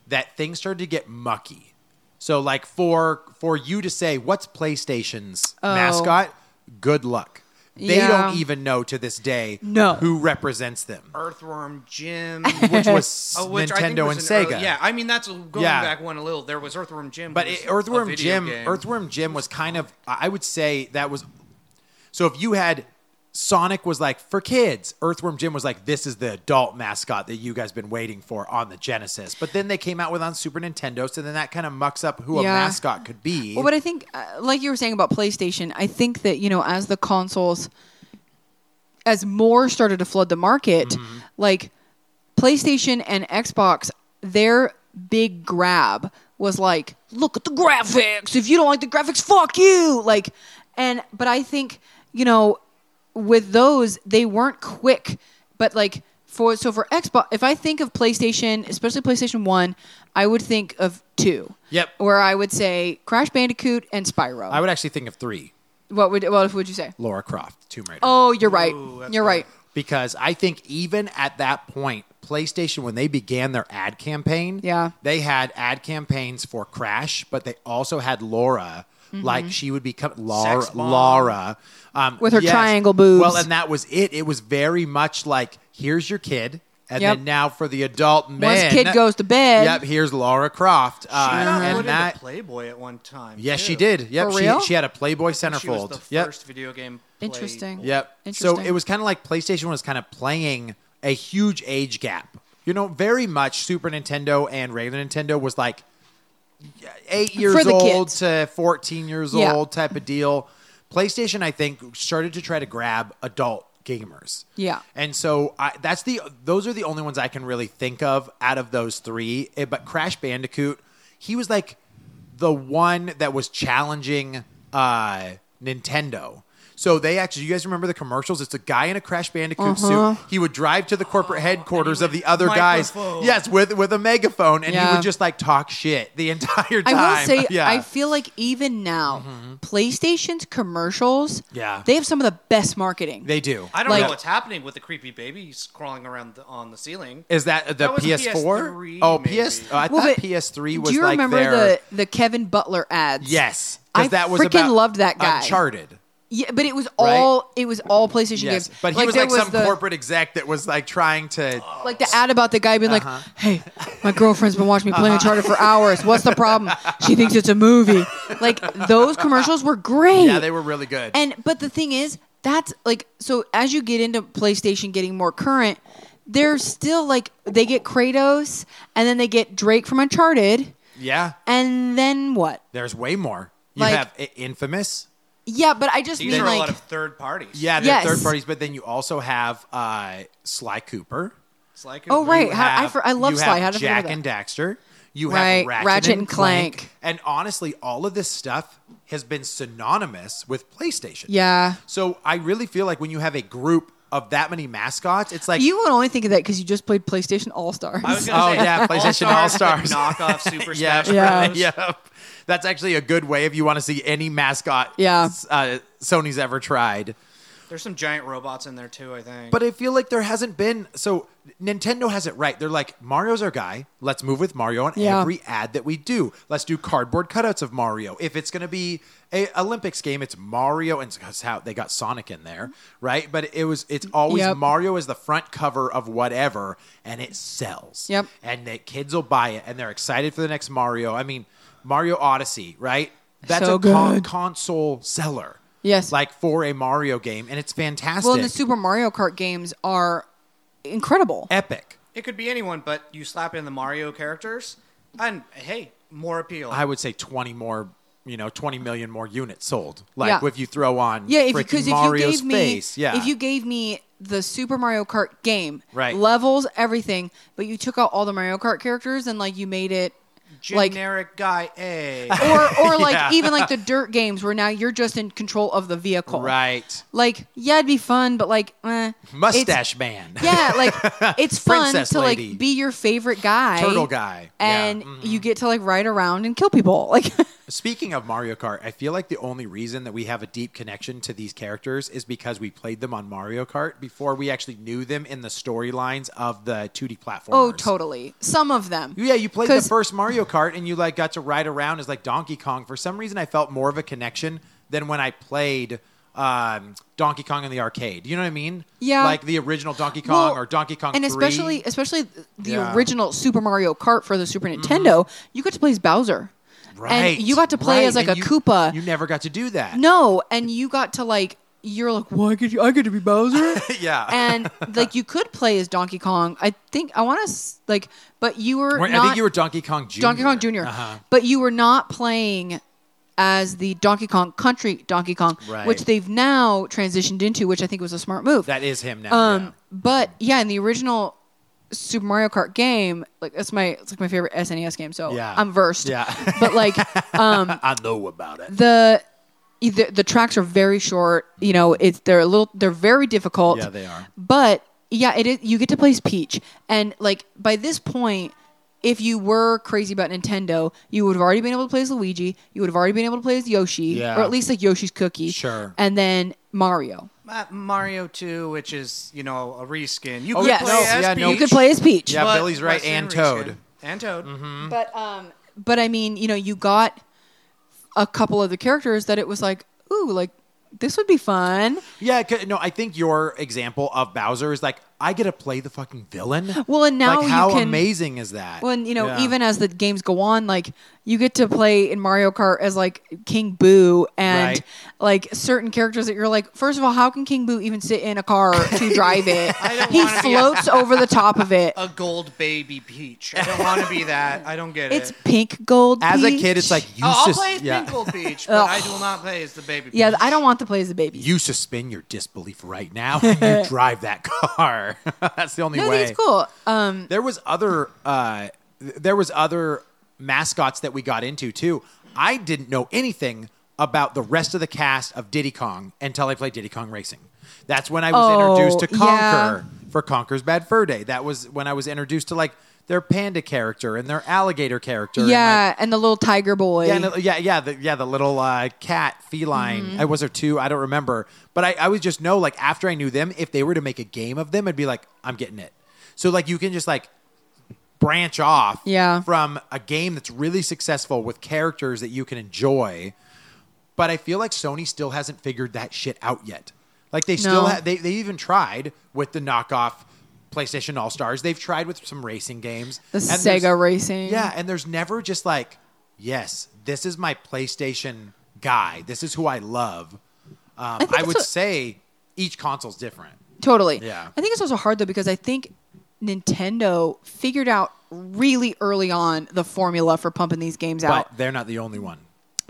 Speaker 2: that things started to get mucky. So, like for for you to say what's PlayStation's mascot, good luck. They
Speaker 1: Oh. Yeah.
Speaker 2: don't even know to this day
Speaker 1: No.
Speaker 2: who represents them,
Speaker 3: Earthworm Jim.
Speaker 2: which was
Speaker 3: uh, which I think
Speaker 2: Nintendo
Speaker 3: was
Speaker 2: and
Speaker 3: an
Speaker 2: Sega.
Speaker 3: early- yeah, I mean that's going
Speaker 2: Yeah.
Speaker 3: back one a little. There was Earthworm Jim,
Speaker 2: But
Speaker 3: who
Speaker 2: it,
Speaker 3: was a
Speaker 2: Earthworm
Speaker 3: video
Speaker 2: Jim,
Speaker 3: game.
Speaker 2: Earthworm Jim was kind of, I would say that was. So if you had Sonic was like for kids, Earthworm Jim was like this is the adult mascot that you guys been waiting for on the Genesis. But then they came out with on Super Nintendo, so then that kind of mucks up who a
Speaker 1: Yeah.
Speaker 2: mascot could be.
Speaker 1: Well, but I think, uh, like you were saying about PlayStation, I think that you know, as the consoles, as more started to flood the market, like PlayStation and Xbox, their big grab was like, look at the graphics. If you don't like the graphics, fuck you. Like, and but I think you know, with those, they weren't quick, but like. For, so for Xbox, if I think of PlayStation, especially PlayStation One, I would think of two
Speaker 2: Yep.
Speaker 1: where I would say Crash Bandicoot and Spyro.
Speaker 2: I would actually think of three:
Speaker 1: what would what would you say?
Speaker 2: Laura Croft, Tomb Raider.
Speaker 1: Oh, you're right.
Speaker 3: Ooh, that's
Speaker 1: you're
Speaker 3: good.
Speaker 1: right.
Speaker 2: because I think even at that point, PlayStation when they began their ad campaign.
Speaker 1: Yeah.
Speaker 2: they had ad campaigns for Crash, but they also had Laura.
Speaker 1: Mm-hmm.
Speaker 2: Like she would become Laura,
Speaker 3: Sex bomb.
Speaker 2: Laura, um,
Speaker 1: With her triangle boobs.
Speaker 2: Well, and that was it. It was very much like here's your kid, and
Speaker 1: Yep.
Speaker 2: then now for the adult men.
Speaker 1: kid goes to bed.
Speaker 2: Yep, here's Laura Croft. Uh,
Speaker 3: She got put
Speaker 2: and that,
Speaker 3: into Playboy at one time.
Speaker 2: yes,
Speaker 3: too.
Speaker 2: she did. Yep,
Speaker 1: For real?
Speaker 2: she she had a Playboy
Speaker 3: She was the
Speaker 2: centerfold.
Speaker 3: first
Speaker 2: Yep,
Speaker 3: video game.
Speaker 1: Interesting.
Speaker 3: Playboy.
Speaker 2: Yep. So
Speaker 1: Interesting.
Speaker 2: it was kind of like PlayStation was kind of playing a huge age gap. You know, very much Super Nintendo and regular Nintendo was like eight years
Speaker 1: the
Speaker 2: old
Speaker 1: kids.
Speaker 2: to 14 years
Speaker 1: Yeah.
Speaker 2: old type of deal. PlayStation, I think, started to try to grab adult gamers.
Speaker 1: Yeah.
Speaker 2: And so I, that's the those are the only ones I can really think of out of those three. Eh, but Crash Bandicoot, he was like the one that was challenging uh, Nintendo. So they actually, you guys remember the commercials? It's a guy in a Crash Bandicoot
Speaker 1: Uh-huh.
Speaker 2: suit. He would drive to the
Speaker 3: Oh,
Speaker 2: corporate headquarters of the other guys.
Speaker 3: microphone.
Speaker 2: Yes, with with a megaphone, and he
Speaker 1: Yeah.
Speaker 2: would just like talk shit the entire time.
Speaker 1: I will say,
Speaker 2: yeah. Mm-hmm,
Speaker 1: I feel like even now, PlayStation's commercials,
Speaker 2: Yeah.
Speaker 1: they have some of the best marketing.
Speaker 2: they do.
Speaker 3: I don't
Speaker 1: Like-
Speaker 3: know what's happening with the creepy babies crawling around the, on the ceiling.
Speaker 2: Is that the
Speaker 3: That was
Speaker 2: PS4?
Speaker 3: PS3,
Speaker 2: oh,
Speaker 3: maybe.
Speaker 2: PS. Oh, I
Speaker 1: Well,
Speaker 2: thought
Speaker 1: but
Speaker 2: PS3 was
Speaker 1: Do you
Speaker 2: like
Speaker 1: remember
Speaker 2: their,
Speaker 1: the the Kevin Butler ads?
Speaker 2: Yes,
Speaker 1: I freaking loved that guy.
Speaker 2: Uncharted.
Speaker 1: Yeah, but it was
Speaker 2: Right?
Speaker 1: all it was all PlayStation
Speaker 2: Yes,
Speaker 1: games.
Speaker 2: but he was
Speaker 1: there
Speaker 2: like some
Speaker 1: the, Oh.
Speaker 2: corporate exec that was like trying to.
Speaker 1: like the ad about the guy being
Speaker 3: Uh-huh.
Speaker 1: like, "Hey, my girlfriend's been watching me playing Uncharted for hours. What's the problem? She thinks it's a movie." Like those commercials were great.
Speaker 2: Yeah, they were really good.
Speaker 1: And but the thing is, that's like so as you get into PlayStation getting more current, they're still like they get Kratos and then they get Drake from Uncharted
Speaker 2: yeah,
Speaker 1: and then what?
Speaker 2: there's way more. You
Speaker 1: Like-
Speaker 2: have I- Infamous.
Speaker 1: Yeah, but I just
Speaker 3: These
Speaker 1: mean
Speaker 3: are a
Speaker 1: like
Speaker 3: lot of third parties.
Speaker 2: Yeah, they're
Speaker 1: Yes.
Speaker 2: third parties, but then you also have uh, Sly Cooper.
Speaker 3: It's like
Speaker 1: Oh,
Speaker 3: we-
Speaker 1: right.
Speaker 2: You
Speaker 1: How- I
Speaker 2: have-
Speaker 1: for- I love
Speaker 2: you
Speaker 1: Sly.
Speaker 2: have
Speaker 1: How did I forget
Speaker 2: Jack
Speaker 1: that?
Speaker 2: and Daxter. You have
Speaker 1: Right,
Speaker 2: Ratchet,
Speaker 1: Ratchet
Speaker 2: and
Speaker 1: and
Speaker 2: Clank.
Speaker 1: Clank.
Speaker 2: And honestly, all of this stuff has been synonymous with PlayStation.
Speaker 1: Yeah.
Speaker 2: So I really feel like when you have a group of that many mascots, it's like
Speaker 1: You would only think of that because you just played PlayStation All Stars.
Speaker 3: I was gonna
Speaker 2: Oh,
Speaker 3: say,
Speaker 2: yeah, PlayStation All-Stars.
Speaker 3: All-Stars, like knockoff Super
Speaker 2: Yeah,
Speaker 3: Smash
Speaker 1: Yeah.
Speaker 3: Bros.
Speaker 2: Yep. That's actually a good way if you want to see any mascot
Speaker 1: Yeah.
Speaker 2: s- uh, Sony's ever tried.
Speaker 3: There's some giant robots in there too, I think.
Speaker 2: But I feel like there hasn't been so Nintendo has it right. They're like Mario's our guy. Let's move with Mario on
Speaker 1: Yeah.
Speaker 2: every ad that we do. Let's do cardboard cutouts of Mario. If it's going to be a Olympics game, it's Mario and that's how they got Sonic in there, right? But it was it's always
Speaker 1: Yep.
Speaker 2: Mario is the front cover of whatever and it sells.
Speaker 1: Yep.
Speaker 2: And the kids will buy it and they're excited for the next Mario. I mean, Mario Odyssey, right? That's
Speaker 1: So
Speaker 2: a con-
Speaker 1: good.
Speaker 2: console seller.
Speaker 1: Yes.
Speaker 2: Like for a Mario game and it's fantastic.
Speaker 1: well, and the Super Mario Kart games are incredible.
Speaker 2: epic.
Speaker 3: it could be anyone. But you slap in the Mario characters, and hey, more appeal.
Speaker 2: I would say 20 more, you know, 20 million more units sold. Like
Speaker 1: Yeah.
Speaker 2: if you throw on
Speaker 1: Yeah, if
Speaker 2: freaking
Speaker 1: because if you
Speaker 2: Mario's
Speaker 1: gave me
Speaker 2: face, yeah.
Speaker 1: if you gave me the Super Mario Kart game,
Speaker 2: Right.
Speaker 1: levels, everything, but you took out all the Mario Kart characters and like you made it like
Speaker 3: Generic guy A.
Speaker 1: or or like
Speaker 2: Yeah.
Speaker 1: even like the dirt games where now you're just in control of the vehicle.
Speaker 2: right.
Speaker 1: Like yeah, it'd be fun, but like eh, it's-
Speaker 2: Mustache man.
Speaker 1: Yeah, like it's fun
Speaker 2: Princess
Speaker 1: to
Speaker 2: lady.
Speaker 1: like be your favorite guy,
Speaker 2: Turtle guy. Yeah.
Speaker 1: and you get to like ride around and kill people. Like oh,
Speaker 2: Speaking of Mario Kart, I feel like the only reason that we have a deep connection to these characters is because we played them on Mario Kart before we actually knew them in the storylines of the 2D platformers.
Speaker 1: oh, totally. Some of them.
Speaker 2: Yeah, you played the
Speaker 1: 'Cause-
Speaker 2: first Mario Kart and you like got to ride around as like Donkey Kong. For some reason, I felt more of a connection than when I played um, Donkey Kong in the arcade. You know what I mean?
Speaker 1: Yeah.
Speaker 2: like the original Donkey Kong
Speaker 1: Well,
Speaker 2: or Donkey Kong,
Speaker 1: and
Speaker 2: 3.
Speaker 1: especially especially th- the
Speaker 2: Yeah. Mm-hmm.
Speaker 1: original Super Mario Kart for the Super Nintendo, you got to play as Bowser,
Speaker 2: Right,
Speaker 1: And you got to play
Speaker 2: right,
Speaker 1: as like
Speaker 2: and
Speaker 1: a
Speaker 2: you-
Speaker 1: Koopa.
Speaker 2: You never got to do that.
Speaker 1: no, and you got to like you're like, why could you? I get to be Bowser,
Speaker 2: Yeah.
Speaker 1: and like you could play as Donkey Kong. I think I want to like, but you were
Speaker 2: Or-
Speaker 1: not
Speaker 2: I think you were Uh-huh. Donkey Kong Jr.
Speaker 1: Donkey Kong Jr. But you were not playing as the Donkey Kong Country Donkey Kong,
Speaker 2: Right.
Speaker 1: which they've now transitioned into, which I think was a smart move.
Speaker 2: That is him now.
Speaker 1: Um,
Speaker 2: yeah.
Speaker 1: but yeah, in the original Super Mario Kart game, like that's my it's like my favorite SNES game, so
Speaker 2: Yeah.
Speaker 1: I'm versed.
Speaker 2: Yeah.
Speaker 1: but like
Speaker 2: I know about it.
Speaker 1: the the, the tracks are very short. You know, it's they're a little they're very difficult.
Speaker 2: Yeah, they are.
Speaker 1: But yeah, it is. You get to play as Peach, and like by this point, if you were crazy about Nintendo, you would have already been able to play as Luigi. You would have already been able to play as Yoshi,
Speaker 2: Yeah.
Speaker 1: or at least like Yoshi's Cookie.
Speaker 2: Sure.
Speaker 1: And then Mario.
Speaker 3: Ma- Mario 2, which is, you know, a reskin. You
Speaker 2: Oh,
Speaker 3: could
Speaker 1: yes.
Speaker 3: play
Speaker 2: no,
Speaker 3: as
Speaker 2: yeah,
Speaker 3: Peach,
Speaker 2: no.
Speaker 1: You could play as Peach.
Speaker 2: Yeah,
Speaker 3: but
Speaker 2: Billy's right,
Speaker 3: Western
Speaker 2: and
Speaker 3: reskin.
Speaker 2: Toad.
Speaker 3: And Toad.
Speaker 2: Mm-hmm.
Speaker 1: But um, but I mean, you know, you got a couple of the characters that it was like, ooh, like this would be fun.
Speaker 2: Yeah, 'cause- no, I think your example of Bowser is like I get to play the fucking villain.
Speaker 1: Well, and now
Speaker 2: like,
Speaker 1: you
Speaker 2: how
Speaker 1: can-
Speaker 2: amazing is that?
Speaker 1: When you know,
Speaker 2: Yeah.
Speaker 1: even as the games go on, like you get to play in Mario Kart as like King Boo and
Speaker 2: Right.
Speaker 1: like certain characters that you're like, first of all, how can King Boo even sit in a car to drive it?
Speaker 3: I don't
Speaker 1: he
Speaker 3: wanna be a-
Speaker 1: floats over the top of it.
Speaker 3: A gold baby Peach. I don't want to be that. I don't get
Speaker 1: It's
Speaker 3: it.
Speaker 1: pink gold.
Speaker 2: as a
Speaker 1: peach.
Speaker 2: kid, it's like you
Speaker 3: Oh, I'll
Speaker 2: sus-
Speaker 3: play as
Speaker 2: yeah.
Speaker 3: Pink Gold Peach, but I do not play as the baby Peach.
Speaker 1: yeah, I don't want to play as a baby.
Speaker 2: you suspend your disbelief right now. you drive that car. That's the only
Speaker 1: no, I
Speaker 2: way.
Speaker 1: think it's cool. Um,
Speaker 2: There was other uh, th- there was other mascots that we got into too. I didn't know anything about the rest of the cast of Diddy Kong until I played Diddy Kong Racing. That's when I was
Speaker 1: Oh,
Speaker 2: introduced to
Speaker 1: yeah.
Speaker 2: Conker for Conker's Bad Fur Day. That was when I was introduced to like their panda character and their alligator character. and, like,
Speaker 1: yeah, and the little tiger boy. Mm-hmm.
Speaker 2: yeah, no, yeah, yeah, the, yeah. The little uh, cat feline. I was there too. I don't remember, but I, I would just know like after I knew them, if they were to make a game of them, I'd be like, I'm getting it. So like you can just like branch off
Speaker 1: Yeah.
Speaker 2: from a game that's really successful with characters that you can enjoy. But I feel like Sony still hasn't figured that shit out yet. Like they still
Speaker 1: No.
Speaker 2: ha- they they even tried with the knockoff PlayStation All Stars. They've tried with some racing games.
Speaker 1: The
Speaker 2: And there's-
Speaker 1: Sega racing.
Speaker 2: Yeah, and there's never just like, yes, this is my PlayStation guy. This is who I love. Um, I,
Speaker 1: think it's
Speaker 2: would
Speaker 1: what-
Speaker 2: say each console's different.
Speaker 1: Totally.
Speaker 2: Yeah.
Speaker 1: I think it's also hard though because I think Nintendo figured out really early on the formula for pumping these games out.
Speaker 2: But they're not the only one.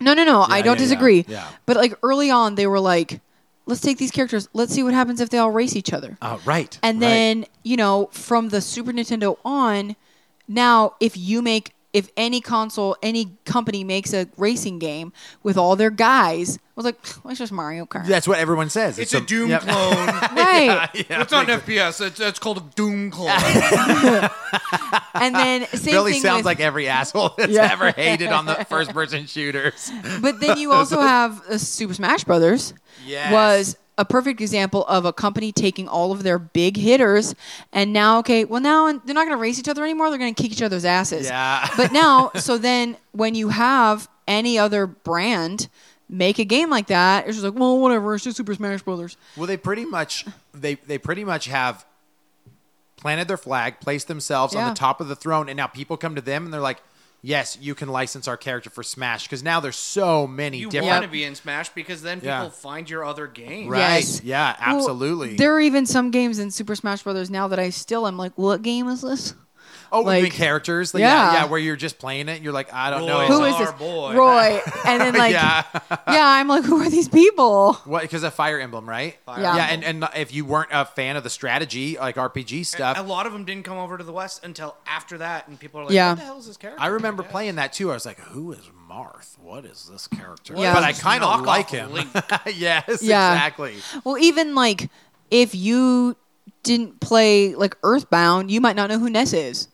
Speaker 1: No, no, no. I
Speaker 2: Yeah,
Speaker 1: don't
Speaker 2: yeah,
Speaker 1: disagree.
Speaker 2: yeah, yeah.
Speaker 1: But like early on, they were like, "Let's take these characters. Let's see what happens if they all race each other."
Speaker 2: Uh, right.
Speaker 1: And
Speaker 2: right.
Speaker 1: then, you know, from the Super Nintendo on, now if you make if any console, any company makes a racing game with all their guys, I was like, "Pfft, it's just Mario Kart.
Speaker 2: that's what everyone says.
Speaker 3: It's a Doom
Speaker 2: yep.
Speaker 3: clone.
Speaker 1: Right.
Speaker 3: it's not an FPS. It's, it's called a Doom clone.
Speaker 1: And then same
Speaker 2: Billy
Speaker 1: thing
Speaker 2: sounds
Speaker 1: with,
Speaker 2: like every asshole that's
Speaker 1: Yeah.
Speaker 2: ever hated on the first person shooters.
Speaker 1: But then you also have uh, Super Smash Brothers.
Speaker 2: Yes.
Speaker 1: Was a perfect example of a company taking all of their big hitters and now okay, well now they're not going to race each other anymore, they're going to kick each other's asses.
Speaker 2: Yeah.
Speaker 1: but now so then when you have any other brand make a game like that, it's just like, well, whatever, it's just Super Smash Brothers.
Speaker 2: Well, they pretty much they they pretty much have planted their flag, placed themselves on
Speaker 1: Yeah.
Speaker 2: the top of the throne, and now people come to them and they're like, "Yes, you can license our character for Smash because now there's so many
Speaker 3: You
Speaker 2: different."
Speaker 3: want to be in Smash because then people
Speaker 2: Yeah.
Speaker 3: find your other game.
Speaker 2: Right.
Speaker 1: Yes.
Speaker 2: Yeah,
Speaker 1: Well,
Speaker 2: absolutely.
Speaker 1: there are even some games in Super Smash Brothers now that I still am like, what game is this?
Speaker 2: oh, like,
Speaker 1: like-
Speaker 2: characters. Like,
Speaker 1: Yeah.
Speaker 2: yeah. yeah, where you're just playing it, and you're like, I don't
Speaker 3: Roy.
Speaker 2: know.
Speaker 1: Who
Speaker 3: It's
Speaker 1: is
Speaker 3: our
Speaker 1: this?
Speaker 3: boy.
Speaker 1: Roy. And then like
Speaker 2: Yeah.
Speaker 1: yeah, I'm like, who are these people?
Speaker 2: What? Because of Fire Emblem, right?
Speaker 1: Yeah.
Speaker 2: yeah, and, and if you weren't a fan of the strategy, like RPG stuff,
Speaker 3: A lot of them didn't come over to the West until after that, and people are like,
Speaker 1: Yeah.
Speaker 3: "What the hell is this character?"
Speaker 2: I remember
Speaker 3: Yeah.
Speaker 2: playing that too. I was like, "Who is Marth? What is this character?"
Speaker 1: Yeah.
Speaker 2: But I
Speaker 1: Just
Speaker 2: kind
Speaker 3: knock
Speaker 2: of
Speaker 3: off
Speaker 2: like him.
Speaker 3: Link.
Speaker 2: yes,
Speaker 1: Yeah.
Speaker 2: exactly.
Speaker 1: Well, even like if you didn't play like Earthbound, you might not know who Ness is.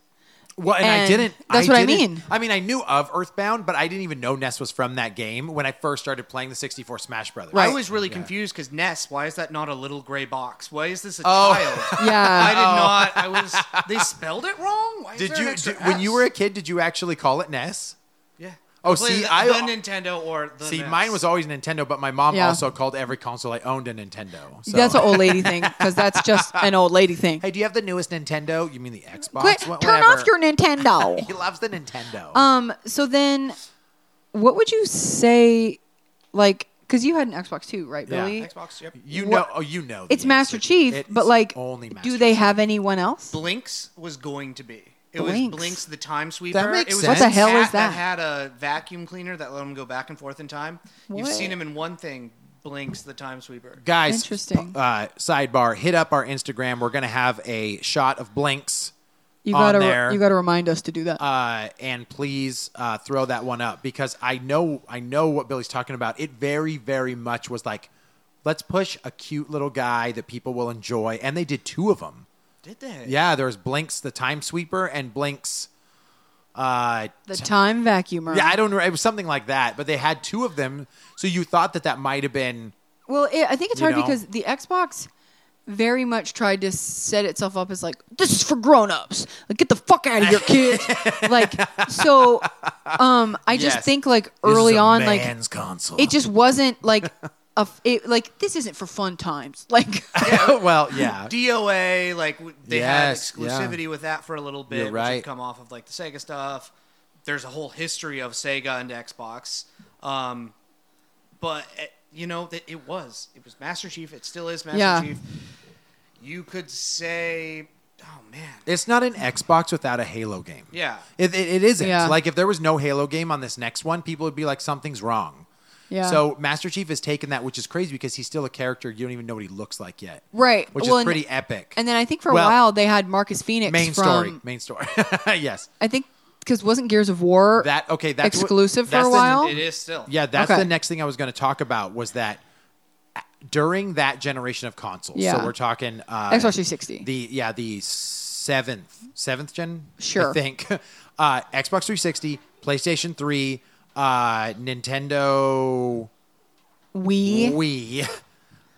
Speaker 2: Well, and, I
Speaker 1: And
Speaker 2: didn't.
Speaker 1: that's what I
Speaker 2: didn't-
Speaker 1: mean.
Speaker 2: I mean, I knew of Earthbound, but I didn't even know Ness was from that game when I first started playing the 64 Smash Brothers.
Speaker 1: Right.
Speaker 3: I was really
Speaker 2: Yeah.
Speaker 3: confused because Ness, why is that not a little gray box? Why is this a
Speaker 2: Oh.
Speaker 3: child? I
Speaker 1: Yeah.
Speaker 3: did not. I was. They spelled it wrong. Why is
Speaker 2: Did
Speaker 3: there an
Speaker 2: you
Speaker 3: extra
Speaker 2: did, when you
Speaker 3: S?
Speaker 2: were a kid? Did you actually call it Ness?
Speaker 3: Yeah.
Speaker 2: Oh,
Speaker 3: Play
Speaker 2: see,
Speaker 3: the,
Speaker 2: I-
Speaker 3: the Nintendo or the E
Speaker 2: See,
Speaker 3: NES.
Speaker 2: mine was always Nintendo, but my mom
Speaker 1: Yeah.
Speaker 2: also called every console I owned a Nintendo. So.
Speaker 1: That's an old lady thing because that's just an old lady thing.
Speaker 2: hey, do you have the newest Nintendo? You mean the Xbox?
Speaker 1: Quit,
Speaker 2: Wha-
Speaker 1: turn
Speaker 2: whatever.
Speaker 1: off your Nintendo.
Speaker 2: He loves the Nintendo.
Speaker 1: um. So then, what would you say? Like, because you had an Xbox too, right,
Speaker 2: Yeah.
Speaker 1: Billy?
Speaker 3: Xbox. Yep.
Speaker 2: you
Speaker 1: what-
Speaker 2: know, oh, you know, the
Speaker 1: It's Master
Speaker 2: answer.
Speaker 1: Chief,
Speaker 2: It's
Speaker 1: but like,
Speaker 2: only Master
Speaker 1: do they
Speaker 2: Chief.
Speaker 1: have anyone else?
Speaker 3: Blinks was going to be. It
Speaker 1: Blinks.
Speaker 3: was Blinks the time sweeper.
Speaker 2: makes
Speaker 3: it was
Speaker 2: sense.
Speaker 3: a
Speaker 2: What the
Speaker 1: hell
Speaker 3: cat
Speaker 1: is that?
Speaker 3: had a vacuum cleaner that let him go back and forth in time. You've
Speaker 1: What?
Speaker 3: seen him in one thing, Blinks the time sweeper.
Speaker 2: guys?
Speaker 1: Interesting.
Speaker 2: Uh, sidebar: Hit up our Instagram. We're gonna have a shot of Blinks.
Speaker 1: You
Speaker 2: on
Speaker 1: gotta,
Speaker 2: there.
Speaker 1: you gotta remind us to do that.
Speaker 2: uh, and please uh, throw that one up because I know I know what Billy's talking about. It very very much was like, let's push a cute little guy that people will enjoy, and they did two of them.
Speaker 3: Did they?
Speaker 2: Yeah, there was Blinks the Time Sweeper and Blinks. Uh,
Speaker 1: The time vacuumer.
Speaker 2: yeah, I don't know. It was something like that, but they had two of them. So you thought that that might have been
Speaker 1: Well, it, I think it's
Speaker 2: You
Speaker 1: hard
Speaker 2: know?
Speaker 1: because the Xbox very much tried to set itself up as like this is for grown-ups. Like get the fuck out of here, kids. like so um I just
Speaker 2: Yes.
Speaker 1: think like
Speaker 2: this is
Speaker 1: early
Speaker 2: a
Speaker 1: on like
Speaker 2: man's console.
Speaker 1: it just wasn't like a f- it, like this isn't for fun times. Like
Speaker 2: well, yeah.
Speaker 3: DOA, like w- they
Speaker 2: Yes,
Speaker 3: had exclusivity with that for a little bit,
Speaker 2: You're
Speaker 3: which
Speaker 2: right.
Speaker 3: had come off of like the Sega stuff. There's a whole history of Sega and Xbox, um, but eh, you know that it was it was Master Chief. It still is Master
Speaker 1: Yeah.
Speaker 3: Chief. You could say, oh man,
Speaker 2: It's not an Xbox without a Halo game.
Speaker 3: Yeah.
Speaker 2: It, it, it isn't.
Speaker 1: Yeah.
Speaker 2: Like, if there was no Halo game on this next one, people would be like, something's wrong.
Speaker 1: Yeah.
Speaker 2: So Master Chief has taken that, which is crazy because he's still a character you don't even know what he looks like yet.
Speaker 1: Right.
Speaker 2: Which
Speaker 1: Well,
Speaker 2: is
Speaker 1: and-
Speaker 2: pretty epic.
Speaker 1: and then I think for a
Speaker 2: Well,
Speaker 1: while they had Marcus Phoenix
Speaker 2: main
Speaker 1: from
Speaker 2: story. Main story. yes.
Speaker 1: I think cuz wasn't Gears of War
Speaker 2: That okay. That's what-
Speaker 1: Exclusive for
Speaker 2: that's
Speaker 1: a
Speaker 2: the-
Speaker 1: while?
Speaker 3: it is still
Speaker 2: yeah, that's
Speaker 1: Okay.
Speaker 2: the next thing I was going to talk about was that uh, during that generation of consoles.
Speaker 1: Yeah.
Speaker 2: So we're talking uh,
Speaker 1: Xbox 360.
Speaker 2: The yeah, the seventh seventh gen.
Speaker 1: Sure.
Speaker 2: I think uh, Xbox 360, PlayStation 3, uh, Nintendo
Speaker 1: we
Speaker 2: Wii.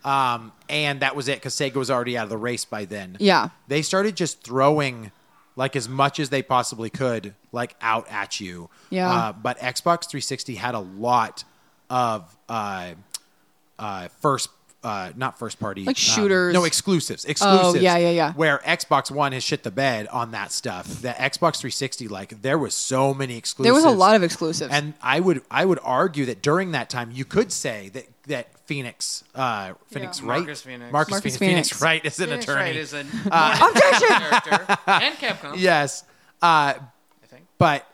Speaker 2: Um, and that was it because Sega was already out of the race by then.
Speaker 1: Yeah.
Speaker 2: They started just throwing like as much as they possibly could, like out at you.
Speaker 1: Yeah.
Speaker 2: Uh, but Xbox 360 had a lot of uh, uh, first, uh, not first party,
Speaker 1: Like
Speaker 2: um,
Speaker 1: shooters. Oh,
Speaker 2: no exclusives. Exclusives.
Speaker 1: yeah, yeah, yeah.
Speaker 2: Where Xbox One has shit the bed on that stuff. The Xbox 360, like there was so many exclusives.
Speaker 1: there was a lot of exclusives.
Speaker 2: And I would I would argue that during that time you could say that that Phoenix uh Phoenix
Speaker 3: Yeah.
Speaker 2: Wright
Speaker 3: Marcus Phoenix.
Speaker 2: Marcus,
Speaker 1: Marcus
Speaker 2: Phoenix, Phoenix
Speaker 1: Phoenix.
Speaker 2: Wright is an
Speaker 3: Phoenix
Speaker 2: attorney.
Speaker 3: Wright is a Objection! character and Capcom.
Speaker 2: yes. Uh
Speaker 3: I think.
Speaker 2: but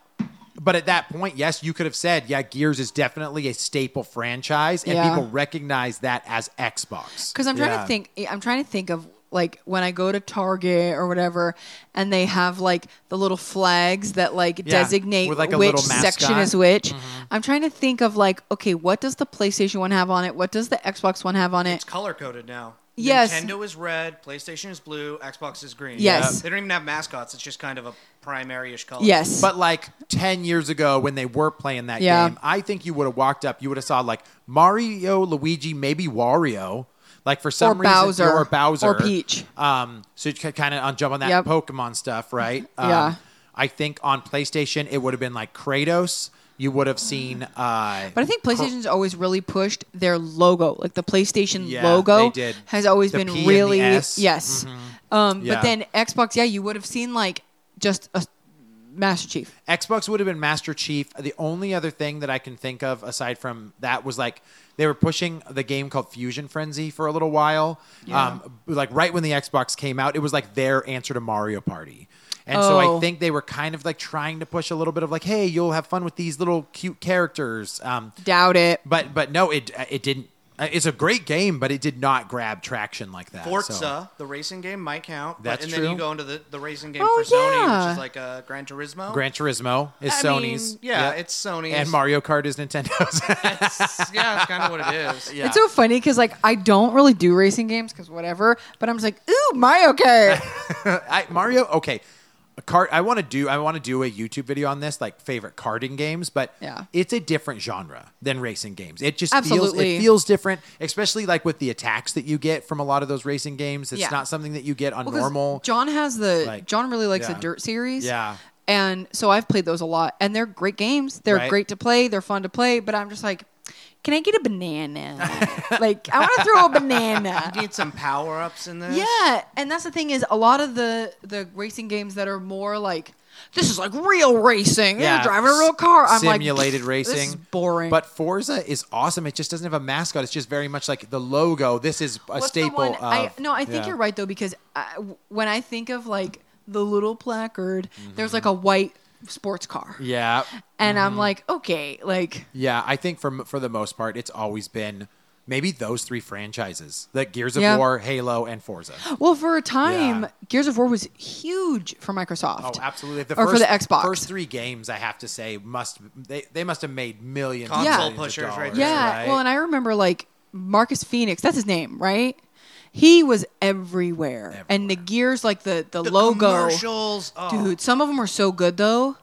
Speaker 2: but at that point, yes, you could have said, yeah, Gears is definitely a staple franchise and
Speaker 1: Yeah.
Speaker 2: people recognize that as Xbox.
Speaker 1: Because I'm trying
Speaker 2: Yeah.
Speaker 1: to think. eh, I'm trying to think of like when I go to Target or whatever, and they have like the little flags that like designate
Speaker 2: with, like, a
Speaker 1: which
Speaker 2: little
Speaker 1: section
Speaker 2: mascot. Mm-hmm.
Speaker 1: is which. I'm trying to think of like, okay, what does the PlayStation one have on it? What does the Xbox one have on it?
Speaker 3: It's color coded now.
Speaker 1: Yes.
Speaker 3: Nintendo is red, PlayStation is blue, Xbox is green.
Speaker 1: Yes.
Speaker 3: They don't even have mascots. It's just kind of a primary-ish color.
Speaker 1: yes,
Speaker 2: But like 10 years ago when they were playing that
Speaker 1: Yeah.
Speaker 2: game, I think you would have walked up, you would have saw like Mario, Luigi, maybe Wario. Like for some
Speaker 1: Or
Speaker 2: reason,
Speaker 1: Bowser.
Speaker 2: or Bowser,
Speaker 1: Or Peach.
Speaker 2: Um, so you kind of jump on that
Speaker 1: Yep.
Speaker 2: Pokemon stuff, right? Um,
Speaker 1: Yeah.
Speaker 2: I think on PlayStation it would have been like Kratos. You would have seen. Uh,
Speaker 1: But I think PlayStation's always really pushed their logo, like the PlayStation
Speaker 2: Yeah,
Speaker 1: logo
Speaker 2: they did.
Speaker 1: has always
Speaker 2: The
Speaker 1: been
Speaker 2: P and the
Speaker 1: really
Speaker 2: S. Mm-hmm.
Speaker 1: yes. Um,
Speaker 2: Yeah.
Speaker 1: But then Xbox, yeah, you would have seen like just a Master Chief.
Speaker 2: Xbox would have been Master Chief. The only other thing that I can think of aside from that was like they were pushing the game called Fusion Frenzy for a little while. Um, like right when the Xbox came out, it was like their answer to Mario Party. And so
Speaker 1: Oh.
Speaker 2: I think they were kind of like trying to push a little bit of like, hey, you'll have fun with these little cute characters. Um,
Speaker 1: Doubt it.
Speaker 2: but but no, it it didn't. uh, It's a great game, but it did not grab traction like that. so-
Speaker 3: Forza, the racing game, might count. but-
Speaker 2: That's
Speaker 3: and
Speaker 2: true.
Speaker 3: then you go into the, the racing game
Speaker 1: Oh,
Speaker 3: for Sony,
Speaker 1: yeah.
Speaker 3: which is like a Gran Turismo.
Speaker 2: Gran Turismo is
Speaker 3: I
Speaker 2: Sony's.
Speaker 3: mean, yeah, it's Sony's.
Speaker 2: and Mario Kart is Nintendo's.
Speaker 3: It's- yeah, it's kind of what it is. yeah.
Speaker 1: It's so funny because like I don't really do racing games because whatever, but I'm just like, ooh, Mario Kart.
Speaker 2: I, Mario, okay. A cart. I want to do. I want to do a YouTube video on this, like favorite karting games. But
Speaker 1: Yeah.
Speaker 2: it's a different genre than racing games. It just
Speaker 1: Absolutely.
Speaker 2: feels it feels different, especially like with the attacks that you get from a lot of those racing games. It's
Speaker 1: Yeah.
Speaker 2: not something that you get on
Speaker 1: 'cause
Speaker 2: normal.
Speaker 1: John has the
Speaker 2: Like,
Speaker 1: John really likes
Speaker 2: yeah.
Speaker 1: the Dirt series.
Speaker 2: Yeah.
Speaker 1: And so I've played those a lot, and they're great games. They're
Speaker 2: Right.
Speaker 1: great to play. They're fun to play. But I'm just like, can I get a banana? like I want to throw a banana.
Speaker 3: You need some power ups in this.
Speaker 1: Yeah, and that's the thing is a lot of the the racing games that are more like this is like real racing.
Speaker 2: Yeah,
Speaker 1: You're driving a real car. I'm
Speaker 2: simulated
Speaker 1: like
Speaker 2: racing.
Speaker 1: This is boring.
Speaker 2: But Forza is awesome. It just doesn't have a mascot. It's just very much like the logo. This is a
Speaker 1: What's the
Speaker 2: staple.
Speaker 1: one-
Speaker 2: Of,
Speaker 1: I, no, I think
Speaker 2: yeah.
Speaker 1: you're right though because I, when I think of like the little placard, there's like a white sports car,
Speaker 2: Mm-hmm. Yeah, Mm-hmm.
Speaker 1: and I'm like, okay, like
Speaker 2: yeah. I think for for the most part, it's always been maybe those three franchises: the Gears of
Speaker 1: Yeah.
Speaker 2: War, Halo, and Forza.
Speaker 1: well, for a time,
Speaker 2: Yeah.
Speaker 1: Gears of War was huge for
Speaker 2: Oh,
Speaker 1: Microsoft.
Speaker 2: absolutely. If
Speaker 1: Or for the Xbox.
Speaker 2: First three games, I have to say, must they, they must have made millions.
Speaker 3: Console
Speaker 2: and millions of
Speaker 3: pushers right
Speaker 2: dollars,
Speaker 3: there.
Speaker 1: Yeah.
Speaker 2: right?
Speaker 1: Well, and I remember like Marcus Phoenix, that's his name, right? He was everywhere. And the gears, like the, the,
Speaker 3: The
Speaker 1: logo.
Speaker 3: commercials. Oh.
Speaker 1: Dude, some of them are so good though.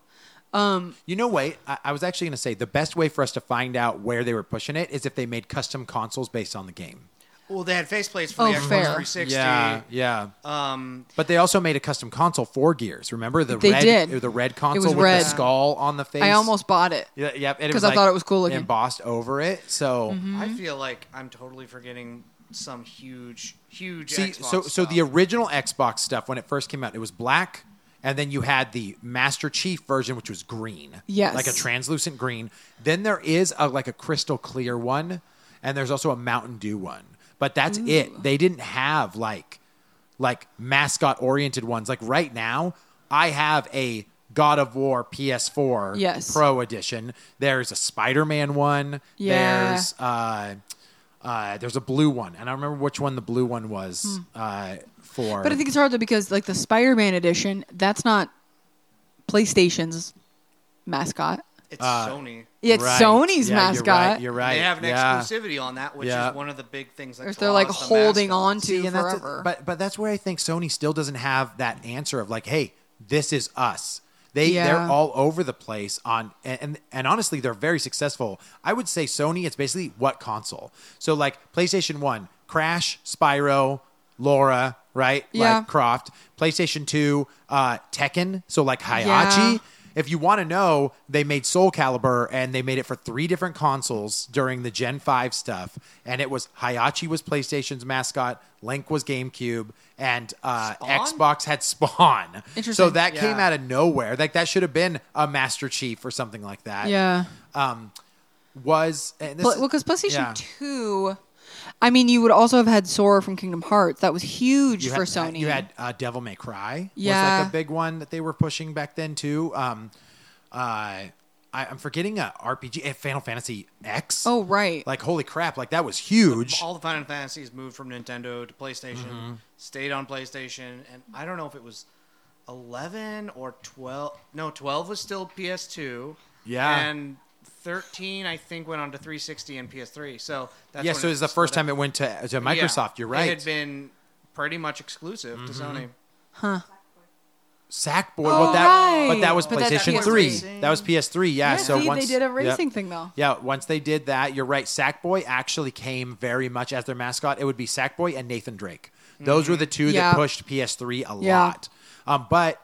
Speaker 2: You know, wait, I, I was actually going to say the best way for us to find out where they were pushing it is if they made custom consoles based on the game.
Speaker 3: Well, they had faceplates for
Speaker 1: Oh,
Speaker 3: the Xbox
Speaker 1: fair.
Speaker 3: 360.
Speaker 2: Yeah, yeah.
Speaker 3: Um,
Speaker 2: But they also made a custom console for Gears. Remember the
Speaker 1: They
Speaker 2: red,
Speaker 1: did.
Speaker 2: the red
Speaker 1: was
Speaker 2: console with
Speaker 1: red.
Speaker 2: the skull on the face.
Speaker 1: I almost bought it.
Speaker 2: yeah, yep. and
Speaker 1: 'cause
Speaker 2: was,
Speaker 1: I
Speaker 2: like,
Speaker 1: thought it was cool looking. Mm-hmm.
Speaker 2: embossed over it. So
Speaker 3: I feel like I'm totally forgetting some huge, huge.
Speaker 2: see,
Speaker 3: Xbox
Speaker 2: so so
Speaker 3: stuff.
Speaker 2: the original Xbox stuff when it first came out, it was black, and then you had the Master Chief version, which was green.
Speaker 1: Yes.
Speaker 2: like a translucent green. Then there is a like a crystal clear one, and there's also a Mountain Dew one. But that's it. They didn't have like like mascot oriented ones. Like right now, I have a God of War PS4
Speaker 1: Yes.
Speaker 2: Pro edition. There's a Spider Man one.
Speaker 1: Yeah.
Speaker 2: There's uh, uh, there's a blue one, and I don't remember which one the blue one was uh, for.
Speaker 1: Hmm. But I think it's hard though because like the Spider-Man edition, that's not PlayStation's mascot.
Speaker 3: it's Sony.
Speaker 1: Yeah, It's
Speaker 2: Right.
Speaker 1: Sony's
Speaker 2: Yeah,
Speaker 1: mascot.
Speaker 2: You're right. You're uh, right.
Speaker 3: They have an
Speaker 2: yeah.
Speaker 3: exclusivity on that, which
Speaker 2: Yeah.
Speaker 3: is one of the big things. That
Speaker 1: Or if they're like
Speaker 3: draws the
Speaker 1: holding
Speaker 3: mascots.
Speaker 1: on to
Speaker 2: See, and that's-
Speaker 1: forever.
Speaker 2: but but that's where I think Sony still doesn't have that answer of like, hey, this is us. They
Speaker 1: Yeah.
Speaker 2: they're all over the place on and, and and honestly, they're very successful. I would say Sony. It's basically what console. So like PlayStation One, Crash, Spyro, Laura, right?
Speaker 1: Yeah.
Speaker 2: Like Croft. PlayStation Two, uh, Tekken. So like Hayachi.
Speaker 1: Yeah.
Speaker 2: If you want to know, they made Soul Calibur and they made it for three different consoles during the Gen 5 stuff. And it was Hayachi was PlayStation's mascot, Link was GameCube, and uh,
Speaker 3: Spawn?
Speaker 2: Xbox had Spawn.
Speaker 1: Interesting.
Speaker 2: So that came
Speaker 3: Yeah.
Speaker 2: out of nowhere. Like that should have been a Master Chief or something like that.
Speaker 1: yeah.
Speaker 2: Was and this
Speaker 1: Pla-
Speaker 2: is-
Speaker 1: well, because PlayStation
Speaker 2: yeah.
Speaker 1: Two, I mean, you would also have had Sora from Kingdom Hearts. That was huge
Speaker 2: you
Speaker 1: for
Speaker 2: had,
Speaker 1: Sony.
Speaker 2: You had uh, Devil May Cry. was
Speaker 1: Yeah.
Speaker 2: like a big one that they were pushing back then too. Um, uh, I, I'm forgetting a RPG, eh, Final Fantasy X.
Speaker 1: oh right,
Speaker 2: Like holy crap! Like that was huge.
Speaker 3: All the Final Fantasies moved from Nintendo to PlayStation,
Speaker 2: Mm-hmm.
Speaker 3: stayed on PlayStation, and I don't know if it was eleven or twelve. No, twelve was still PS2.
Speaker 2: Yeah.
Speaker 3: and thirteen I think went on to 360 and PS3. So that's
Speaker 2: yeah,
Speaker 3: when
Speaker 2: so it was the
Speaker 3: split
Speaker 2: first
Speaker 3: up.
Speaker 2: time it went to to
Speaker 3: Yeah.
Speaker 2: Microsoft. You're
Speaker 3: It
Speaker 2: right. Mm-hmm.
Speaker 3: had been pretty much exclusive to Sony.
Speaker 2: Sackboy,
Speaker 1: Oh,
Speaker 2: well, that,
Speaker 1: right.
Speaker 2: but that was
Speaker 1: But that's
Speaker 2: PlayStation
Speaker 1: PS3.
Speaker 2: Three. That was PS3. Yeah.
Speaker 1: Yeah,
Speaker 2: so
Speaker 1: see,
Speaker 2: once
Speaker 1: they did a
Speaker 2: yep.
Speaker 1: racing thing though.
Speaker 2: Yeah, once they did that, you're right. Sackboy actually came very much as their mascot. It would be Sackboy and Nathan Drake. Those
Speaker 3: Mm-hmm.
Speaker 2: were the two
Speaker 1: Yeah.
Speaker 2: that pushed PS3 a
Speaker 1: Yeah.
Speaker 2: lot. Um, but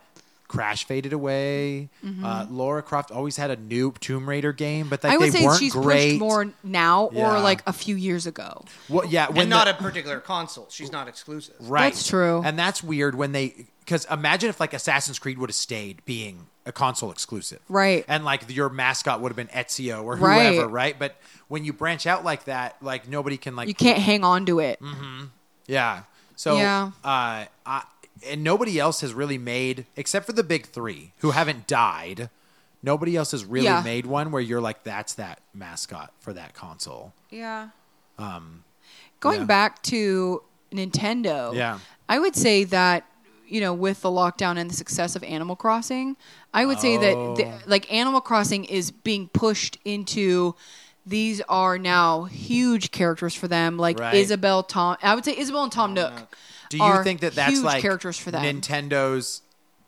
Speaker 2: Crash faded away. Uh, Laura Croft always had a new Tomb Raider game, but like,
Speaker 1: Mm-hmm. I would
Speaker 2: they
Speaker 1: say
Speaker 2: weren't
Speaker 1: she's
Speaker 2: great.
Speaker 1: pushed more now or
Speaker 2: Yeah.
Speaker 1: like a few years ago.
Speaker 2: Well, yeah, when
Speaker 3: and not
Speaker 2: the-
Speaker 3: a particular console. She's not exclusive.
Speaker 2: Right.
Speaker 1: That's true.
Speaker 2: And that's weird when they because imagine if like Assassin's Creed would have stayed being a console exclusive.
Speaker 1: Right.
Speaker 2: And like your mascot would have been Ezio or
Speaker 1: Right.
Speaker 2: whoever, right? But when you branch out like that, like nobody can like
Speaker 1: You can't hang on to it.
Speaker 2: Yeah. So
Speaker 1: Yeah.
Speaker 2: uh I and nobody else has really made except for the big 3 who haven't died. Nobody else has really
Speaker 1: Yeah.
Speaker 2: made one where you're like that's that mascot for that console.
Speaker 1: Yeah. Um, Going
Speaker 2: yeah.
Speaker 1: back to Nintendo,
Speaker 2: Yeah.
Speaker 1: I would say that you know with the lockdown and the success of Animal Crossing, I would say that
Speaker 2: Oh.
Speaker 1: the, like Animal Crossing is being pushed into these are now huge characters for them, like
Speaker 2: Right.
Speaker 1: Isabel, Tom. I would say Isabel and Tom Nook.
Speaker 2: Do you
Speaker 1: are
Speaker 2: think that that's
Speaker 1: huge
Speaker 2: like
Speaker 1: characters for them?
Speaker 2: Nintendo's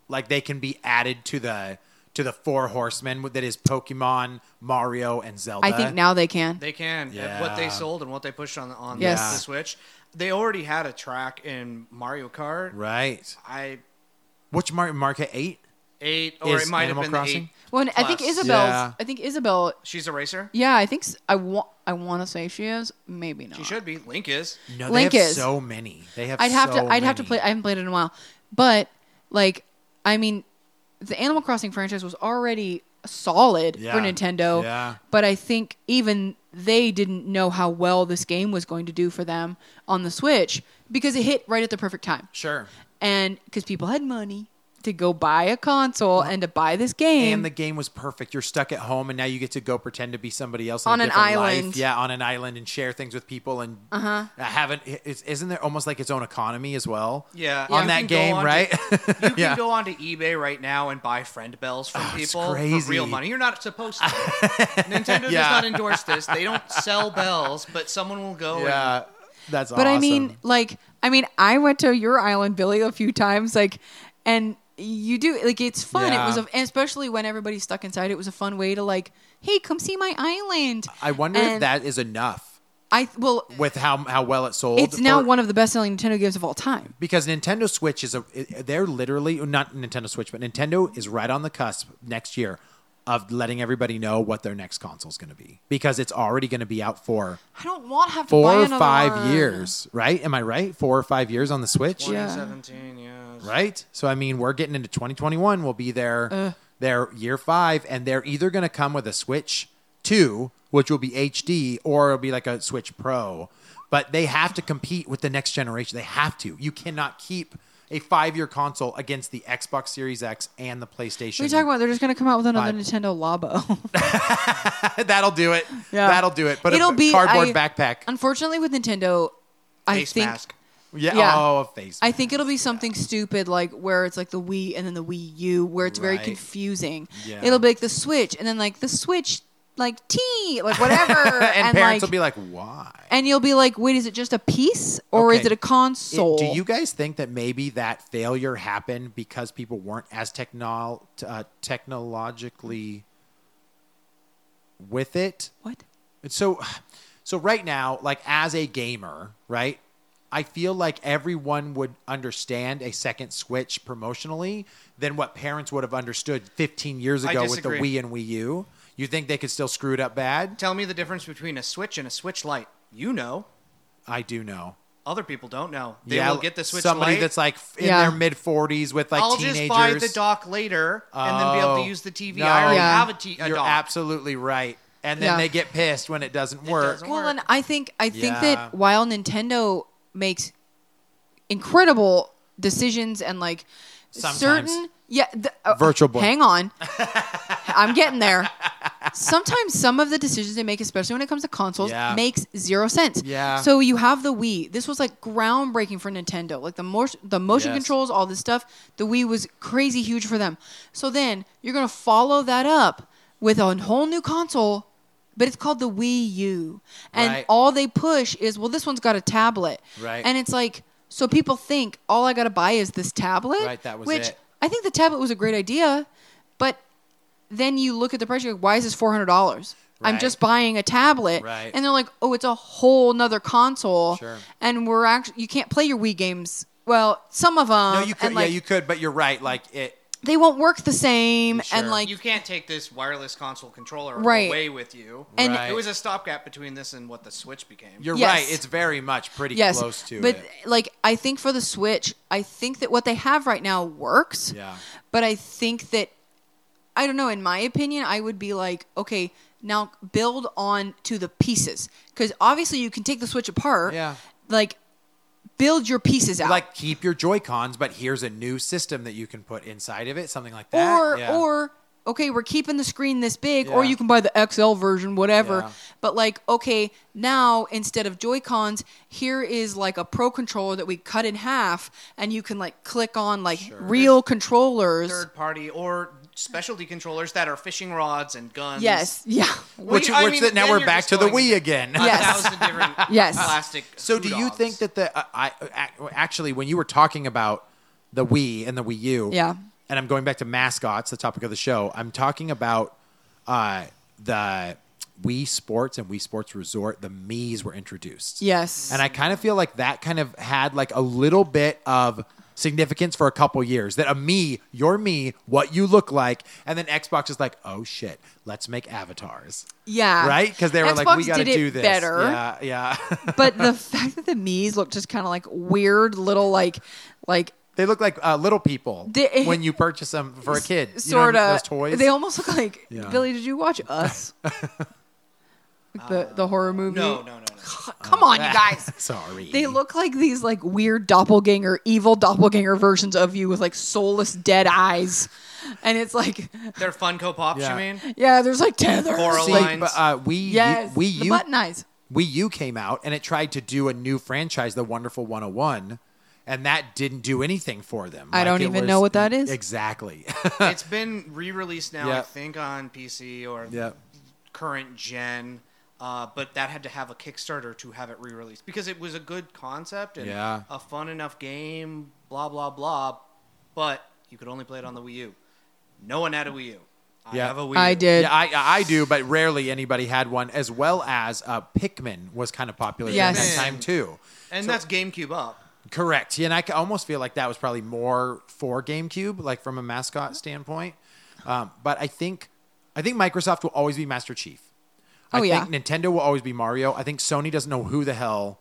Speaker 2: like they can be added to the to the four horsemen that is Pokemon, Mario, and Zelda?
Speaker 1: I think now they can.
Speaker 3: They can. At What they
Speaker 2: Yeah.
Speaker 3: sold and what they pushed on on
Speaker 1: Yes.
Speaker 3: the, the Switch. They already had a track in Mario Kart.
Speaker 2: right.
Speaker 3: I
Speaker 2: Which Mario Market Eight?
Speaker 3: eight or
Speaker 2: Is
Speaker 3: it might
Speaker 2: Animal
Speaker 3: have been
Speaker 2: Crossing?
Speaker 3: the eight.
Speaker 1: well, and I think
Speaker 3: plus.
Speaker 1: Isabel's.
Speaker 2: Yeah.
Speaker 1: I think Isabel.
Speaker 3: She's a racer.
Speaker 1: Yeah, I think s- I want. I want to say she is. Maybe not.
Speaker 3: She should be. Link is.
Speaker 2: No,
Speaker 1: Link
Speaker 2: they have
Speaker 1: is.
Speaker 2: so many. They have.
Speaker 1: I'd have
Speaker 2: so
Speaker 1: to. I'd have to
Speaker 2: many.
Speaker 1: play. I haven't played it in a while, but like, I mean, the Animal Crossing franchise was already solid
Speaker 2: Yeah.
Speaker 1: for Nintendo.
Speaker 2: Yeah.
Speaker 1: But I think even they didn't know how well this game was going to do for them on the Switch because it hit right at the perfect time,
Speaker 2: Sure.
Speaker 1: and because people had money to go buy a console and to buy this game.
Speaker 2: And the game was perfect. You're stuck at home, and now you get to go pretend to be somebody else in
Speaker 1: On
Speaker 2: a
Speaker 1: an
Speaker 2: different
Speaker 1: island.
Speaker 2: Life. Yeah, on an island and share things with people, and uh-huh. haven't. It's, isn't there almost like its own economy as well?
Speaker 3: Yeah.
Speaker 2: on
Speaker 3: you
Speaker 2: that
Speaker 3: can go
Speaker 2: game,
Speaker 3: on to-
Speaker 2: right?
Speaker 3: you can go onto eBay right now and buy friend bells from
Speaker 2: Oh, it's
Speaker 3: people for
Speaker 2: crazy.
Speaker 3: real money. You're not supposed to. Nintendo does
Speaker 2: Yeah.
Speaker 3: not endorse this. They don't sell bells, but someone will go and
Speaker 2: yeah, that's.
Speaker 1: But I
Speaker 2: awesome.
Speaker 1: mean, like, I mean, I went to your island, Billy, a few times, like, and you do like it's fun.
Speaker 2: Yeah.
Speaker 1: It was, a, and especially when everybody's stuck inside. It was a fun way to like, hey, come see my island.
Speaker 2: I wonder if
Speaker 1: And
Speaker 2: that is enough
Speaker 1: I well,
Speaker 2: with how how well it sold.
Speaker 1: it's now
Speaker 2: for-
Speaker 1: one of the best-selling Nintendo games of all time.
Speaker 2: because Nintendo Switch is a they're literally not Nintendo Switch, but Nintendo is right on the cusp next year of letting everybody know what their next console is going to be because it's already going to be out for
Speaker 1: I don't want to have to
Speaker 2: four
Speaker 1: buy
Speaker 2: or
Speaker 1: another
Speaker 2: five
Speaker 1: one.
Speaker 2: years, right? Am I right? Four or five years on the Switch,
Speaker 1: Yeah.
Speaker 3: 2017, yes.
Speaker 2: right? So I mean, we're getting into 2021. We'll be there,
Speaker 1: Uh.
Speaker 2: their year five, and they're either going to come with a Switch Two, which will be HD, or it'll be like a Switch Pro. But they have to compete with the next generation. They have to. You cannot keep a five-year console against the Xbox Series X and the
Speaker 1: What
Speaker 2: PlayStation.
Speaker 1: are you talking about? They're just gonna come out with another
Speaker 2: Five.
Speaker 1: Nintendo Labo.
Speaker 2: That'll do it.
Speaker 1: Yeah.
Speaker 2: That'll do it. But
Speaker 1: It'll
Speaker 2: a
Speaker 1: be
Speaker 2: cardboard
Speaker 1: I-
Speaker 2: backpack.
Speaker 1: Unfortunately, with Nintendo, I
Speaker 3: Face
Speaker 1: think
Speaker 3: mask.
Speaker 2: yeah.
Speaker 1: yeah.
Speaker 2: Oh, a face.
Speaker 1: I think it'll be something stupid like where it's like the Wii and then the Wii U, where it's very
Speaker 2: Right.
Speaker 1: confusing.
Speaker 2: Yeah.
Speaker 1: It'll be like the Switch and then like the Switch, like T, like whatever.
Speaker 2: and, parents
Speaker 1: like,
Speaker 2: will be like, "Why?"
Speaker 1: and you'll be like, wait, is it just a piece or
Speaker 2: Okay.
Speaker 1: is it a
Speaker 2: It-
Speaker 1: console?
Speaker 2: do you guys think that maybe that failure happened because people weren't as technol uh, technologically with it?
Speaker 1: what?
Speaker 2: And so, so right now, like as a gamer, right, I feel like everyone would understand a second Switch promotionally than what parents would have understood 15 years
Speaker 3: I
Speaker 2: ago with the
Speaker 3: disagree.
Speaker 2: Wii and Wii U. You think they could still screw it up bad?
Speaker 3: Tell me the difference between a Switch and a Switch Lite. You know.
Speaker 2: I do know.
Speaker 3: Other people don't know. They
Speaker 2: yeah,
Speaker 3: will get the Switch
Speaker 2: somebody
Speaker 3: Lite.
Speaker 2: that's like in
Speaker 1: Yeah.
Speaker 2: their mid 40s with like
Speaker 3: I'll
Speaker 2: teenagers.
Speaker 3: just buy the dock later and then be able
Speaker 2: Oh.
Speaker 3: to use the TV.
Speaker 2: No.
Speaker 3: I already
Speaker 1: Yeah.
Speaker 3: have a, t- a
Speaker 2: You're
Speaker 3: dock.
Speaker 2: absolutely right. And then
Speaker 1: Yeah.
Speaker 2: they get pissed when it doesn't work.
Speaker 3: doesn't-
Speaker 1: Well,
Speaker 3: work.
Speaker 1: and I think I think
Speaker 2: Yeah.
Speaker 1: that while Nintendo makes incredible decisions and like
Speaker 2: Sometimes.
Speaker 1: certain yeah the, uh,
Speaker 2: Virtual Boy.
Speaker 1: Hang on, I'm getting there. Sometimes some of the decisions they make, especially when it comes to consoles,
Speaker 2: Yeah.
Speaker 1: makes zero sense.
Speaker 2: Yeah.
Speaker 1: So you have the Wii. This was like groundbreaking for Nintendo. Like the motion, the motion
Speaker 2: Yes.
Speaker 1: controls, all this stuff. The Wii was crazy huge for them. So then you're gonna follow that up with a whole new console, but it's called the Wii U, and
Speaker 2: Right.
Speaker 1: all they push is, well, this one's got a tablet,
Speaker 2: Right.
Speaker 1: And it's like, so people think all I gotta buy is this tablet,
Speaker 2: Right, that was
Speaker 1: which
Speaker 2: it.
Speaker 1: I think the tablet was a great idea, but then you look at the price, you're like, why is this four hundred dollars? I'm
Speaker 2: Right.
Speaker 1: just buying a tablet,
Speaker 2: Right.
Speaker 1: and they're like, oh, it's a whole nother console,
Speaker 2: Sure.
Speaker 1: and we're actually you can't play your Wii games. Well, some of them,
Speaker 2: No, you could.
Speaker 1: and like
Speaker 2: yeah, you could. But you're right. Like it.
Speaker 1: they won't work the same,
Speaker 2: Sure.
Speaker 1: and like
Speaker 3: You can't take this wireless console controller
Speaker 1: Right.
Speaker 3: away with you.
Speaker 1: And-
Speaker 2: Right.
Speaker 3: it was a stopgap between this and what the Switch became.
Speaker 2: You're
Speaker 1: Yes.
Speaker 2: right. It's very much pretty close to
Speaker 1: but,
Speaker 2: it.
Speaker 1: like I think for the Switch, I think that what they have right now works.
Speaker 2: Yeah.
Speaker 1: But I think that I don't know, in my opinion, I would be like, okay, now build on to the pieces cuz obviously you can take the Switch apart.
Speaker 2: Yeah.
Speaker 1: Like build your pieces out.
Speaker 2: Like keep your Joy Cons, but here's a new system that you can put inside of it. Something like that.
Speaker 1: or
Speaker 2: Yeah.
Speaker 1: or okay, we're keeping the screen this big, or
Speaker 2: Yeah.
Speaker 1: you can buy the XL version, whatever.
Speaker 2: Yeah.
Speaker 1: But like, okay, now instead of Joy Cons, here is like a Pro controller that we cut in half, and you can like click on like real controllers.
Speaker 3: Third party or specialty controllers that are fishing rods and guns.
Speaker 1: Yes, yeah,
Speaker 2: which,
Speaker 3: We- I
Speaker 2: which
Speaker 3: mean,
Speaker 2: that now
Speaker 3: then
Speaker 2: we're
Speaker 3: you're
Speaker 2: back
Speaker 3: just
Speaker 2: to the
Speaker 3: going-
Speaker 2: Wii again.
Speaker 3: A
Speaker 1: Yes.
Speaker 3: thousand different
Speaker 1: Yes.
Speaker 3: plastic.
Speaker 2: So do you
Speaker 3: hoodogs.
Speaker 2: think that the uh, I ac- actually when you were talking about the Wii and the Wii U,
Speaker 1: Yeah.
Speaker 2: and I'm going back to mascots, the topic of the show. I'm talking about uh, the Wii Sports and Wii Sports Resort. The Mii's were introduced,
Speaker 1: yes,
Speaker 2: and I kind of feel like that kind of had like a little bit of significance for a couple years that a me your me what you look like and then xbox is like oh shit let's make avatars
Speaker 1: yeah,
Speaker 2: right because they were like
Speaker 1: Xbox
Speaker 2: we gotta
Speaker 1: did it
Speaker 2: do this
Speaker 1: better.
Speaker 2: yeah yeah
Speaker 1: but the fact that the Mii's look just kind of like weird little like like
Speaker 2: They look like uh, little people
Speaker 1: They-
Speaker 2: when you purchase them for a kid. You know
Speaker 1: sort of
Speaker 2: those toys.
Speaker 1: They almost look like
Speaker 2: Yeah.
Speaker 1: Billy. Did you watch Us? like the the horror movie.
Speaker 3: No, no, no, no.
Speaker 1: Come on, you guys.
Speaker 2: Sorry,
Speaker 1: They look like these like weird doppelganger, evil doppelganger versions of you with like soulless dead eyes, and it's like,
Speaker 3: They're Funko Pops,
Speaker 2: Yeah.
Speaker 3: you mean?
Speaker 1: yeah, there's like tethers.
Speaker 3: Coral
Speaker 2: See,
Speaker 3: lines.
Speaker 2: but, uh, we
Speaker 1: yes,
Speaker 2: we
Speaker 1: the
Speaker 2: you
Speaker 1: button eyes.
Speaker 2: Wii U came out and it tried to do a new franchise, The Wonderful 101, and that didn't do anything for them.
Speaker 1: I don't
Speaker 2: it
Speaker 1: even know what that is.
Speaker 2: Exactly.
Speaker 3: it's been re-released now,
Speaker 2: Yeah.
Speaker 3: I think, on PC or
Speaker 2: yeah.
Speaker 3: current gen. Uh, but that had to have a Kickstarter to have it re-released because it was a good concept and
Speaker 2: Yeah.
Speaker 3: a fun enough game. Blah blah blah. But You could only play it on the Wii U. No one had a Wii U. I
Speaker 2: Yeah.
Speaker 3: have a Wii
Speaker 1: I
Speaker 3: U.
Speaker 1: did.
Speaker 2: Yeah, I, I do, but rarely anybody had one. As well as uh, Pikmin was kind of popular during
Speaker 1: Yes.
Speaker 2: that time too.
Speaker 3: And that's GameCube up.
Speaker 2: Correct. Yeah, and I c- almost feel like that was probably more for GameCube, like from a
Speaker 1: Mm-hmm.
Speaker 2: mascot standpoint. Um, but I think, I think Microsoft will always be Master Chief. I
Speaker 1: Oh, yeah.
Speaker 2: think Nintendo will always be Mario. I think Sony doesn't know who the hell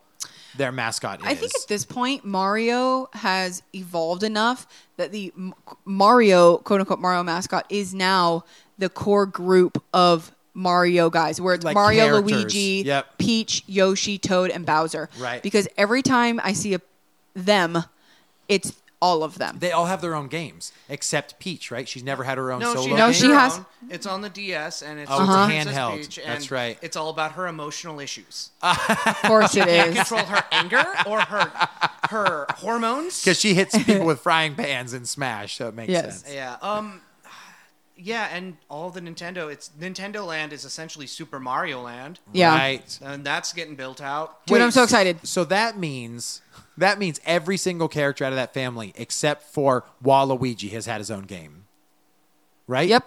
Speaker 2: their mascot is.
Speaker 1: I think at this point, Mario has evolved enough that the M- Mario, quote unquote, Mario mascot is now the core group of Mario guys, where it's
Speaker 2: Like
Speaker 1: Mario,
Speaker 2: characters.
Speaker 1: Luigi,
Speaker 2: Yep.
Speaker 1: Peach, Yoshi, Toad, and Bowser.
Speaker 2: Right.
Speaker 1: Because every time I see a, them, it's all of them.
Speaker 2: they all have their own games except Peach, right? She's never had her own
Speaker 3: No,
Speaker 2: solo.
Speaker 3: she,
Speaker 1: No,
Speaker 2: game.
Speaker 1: she
Speaker 3: her
Speaker 1: has-
Speaker 3: own. It's on the DS and it's,
Speaker 2: Oh, it's
Speaker 3: on
Speaker 2: handheld.
Speaker 3: handheld. Peach, and
Speaker 2: That's right.
Speaker 3: It's all about her emotional issues.
Speaker 1: Of course it is.
Speaker 3: Control her anger or her her hormones.
Speaker 2: because she hits people with frying pans in Smash. So it makes
Speaker 1: Yes.
Speaker 2: sense.
Speaker 3: Yeah. Um. Yeah, and all the Nintendo. It's Nintendo Land is essentially Super Mario Land,
Speaker 1: Yeah.
Speaker 2: Right.
Speaker 3: and that's getting built out.
Speaker 1: Dude, I'm so excited.
Speaker 2: So that means that means every single character out of that family, except for Waluigi, has had his own game. Right.
Speaker 1: Yep.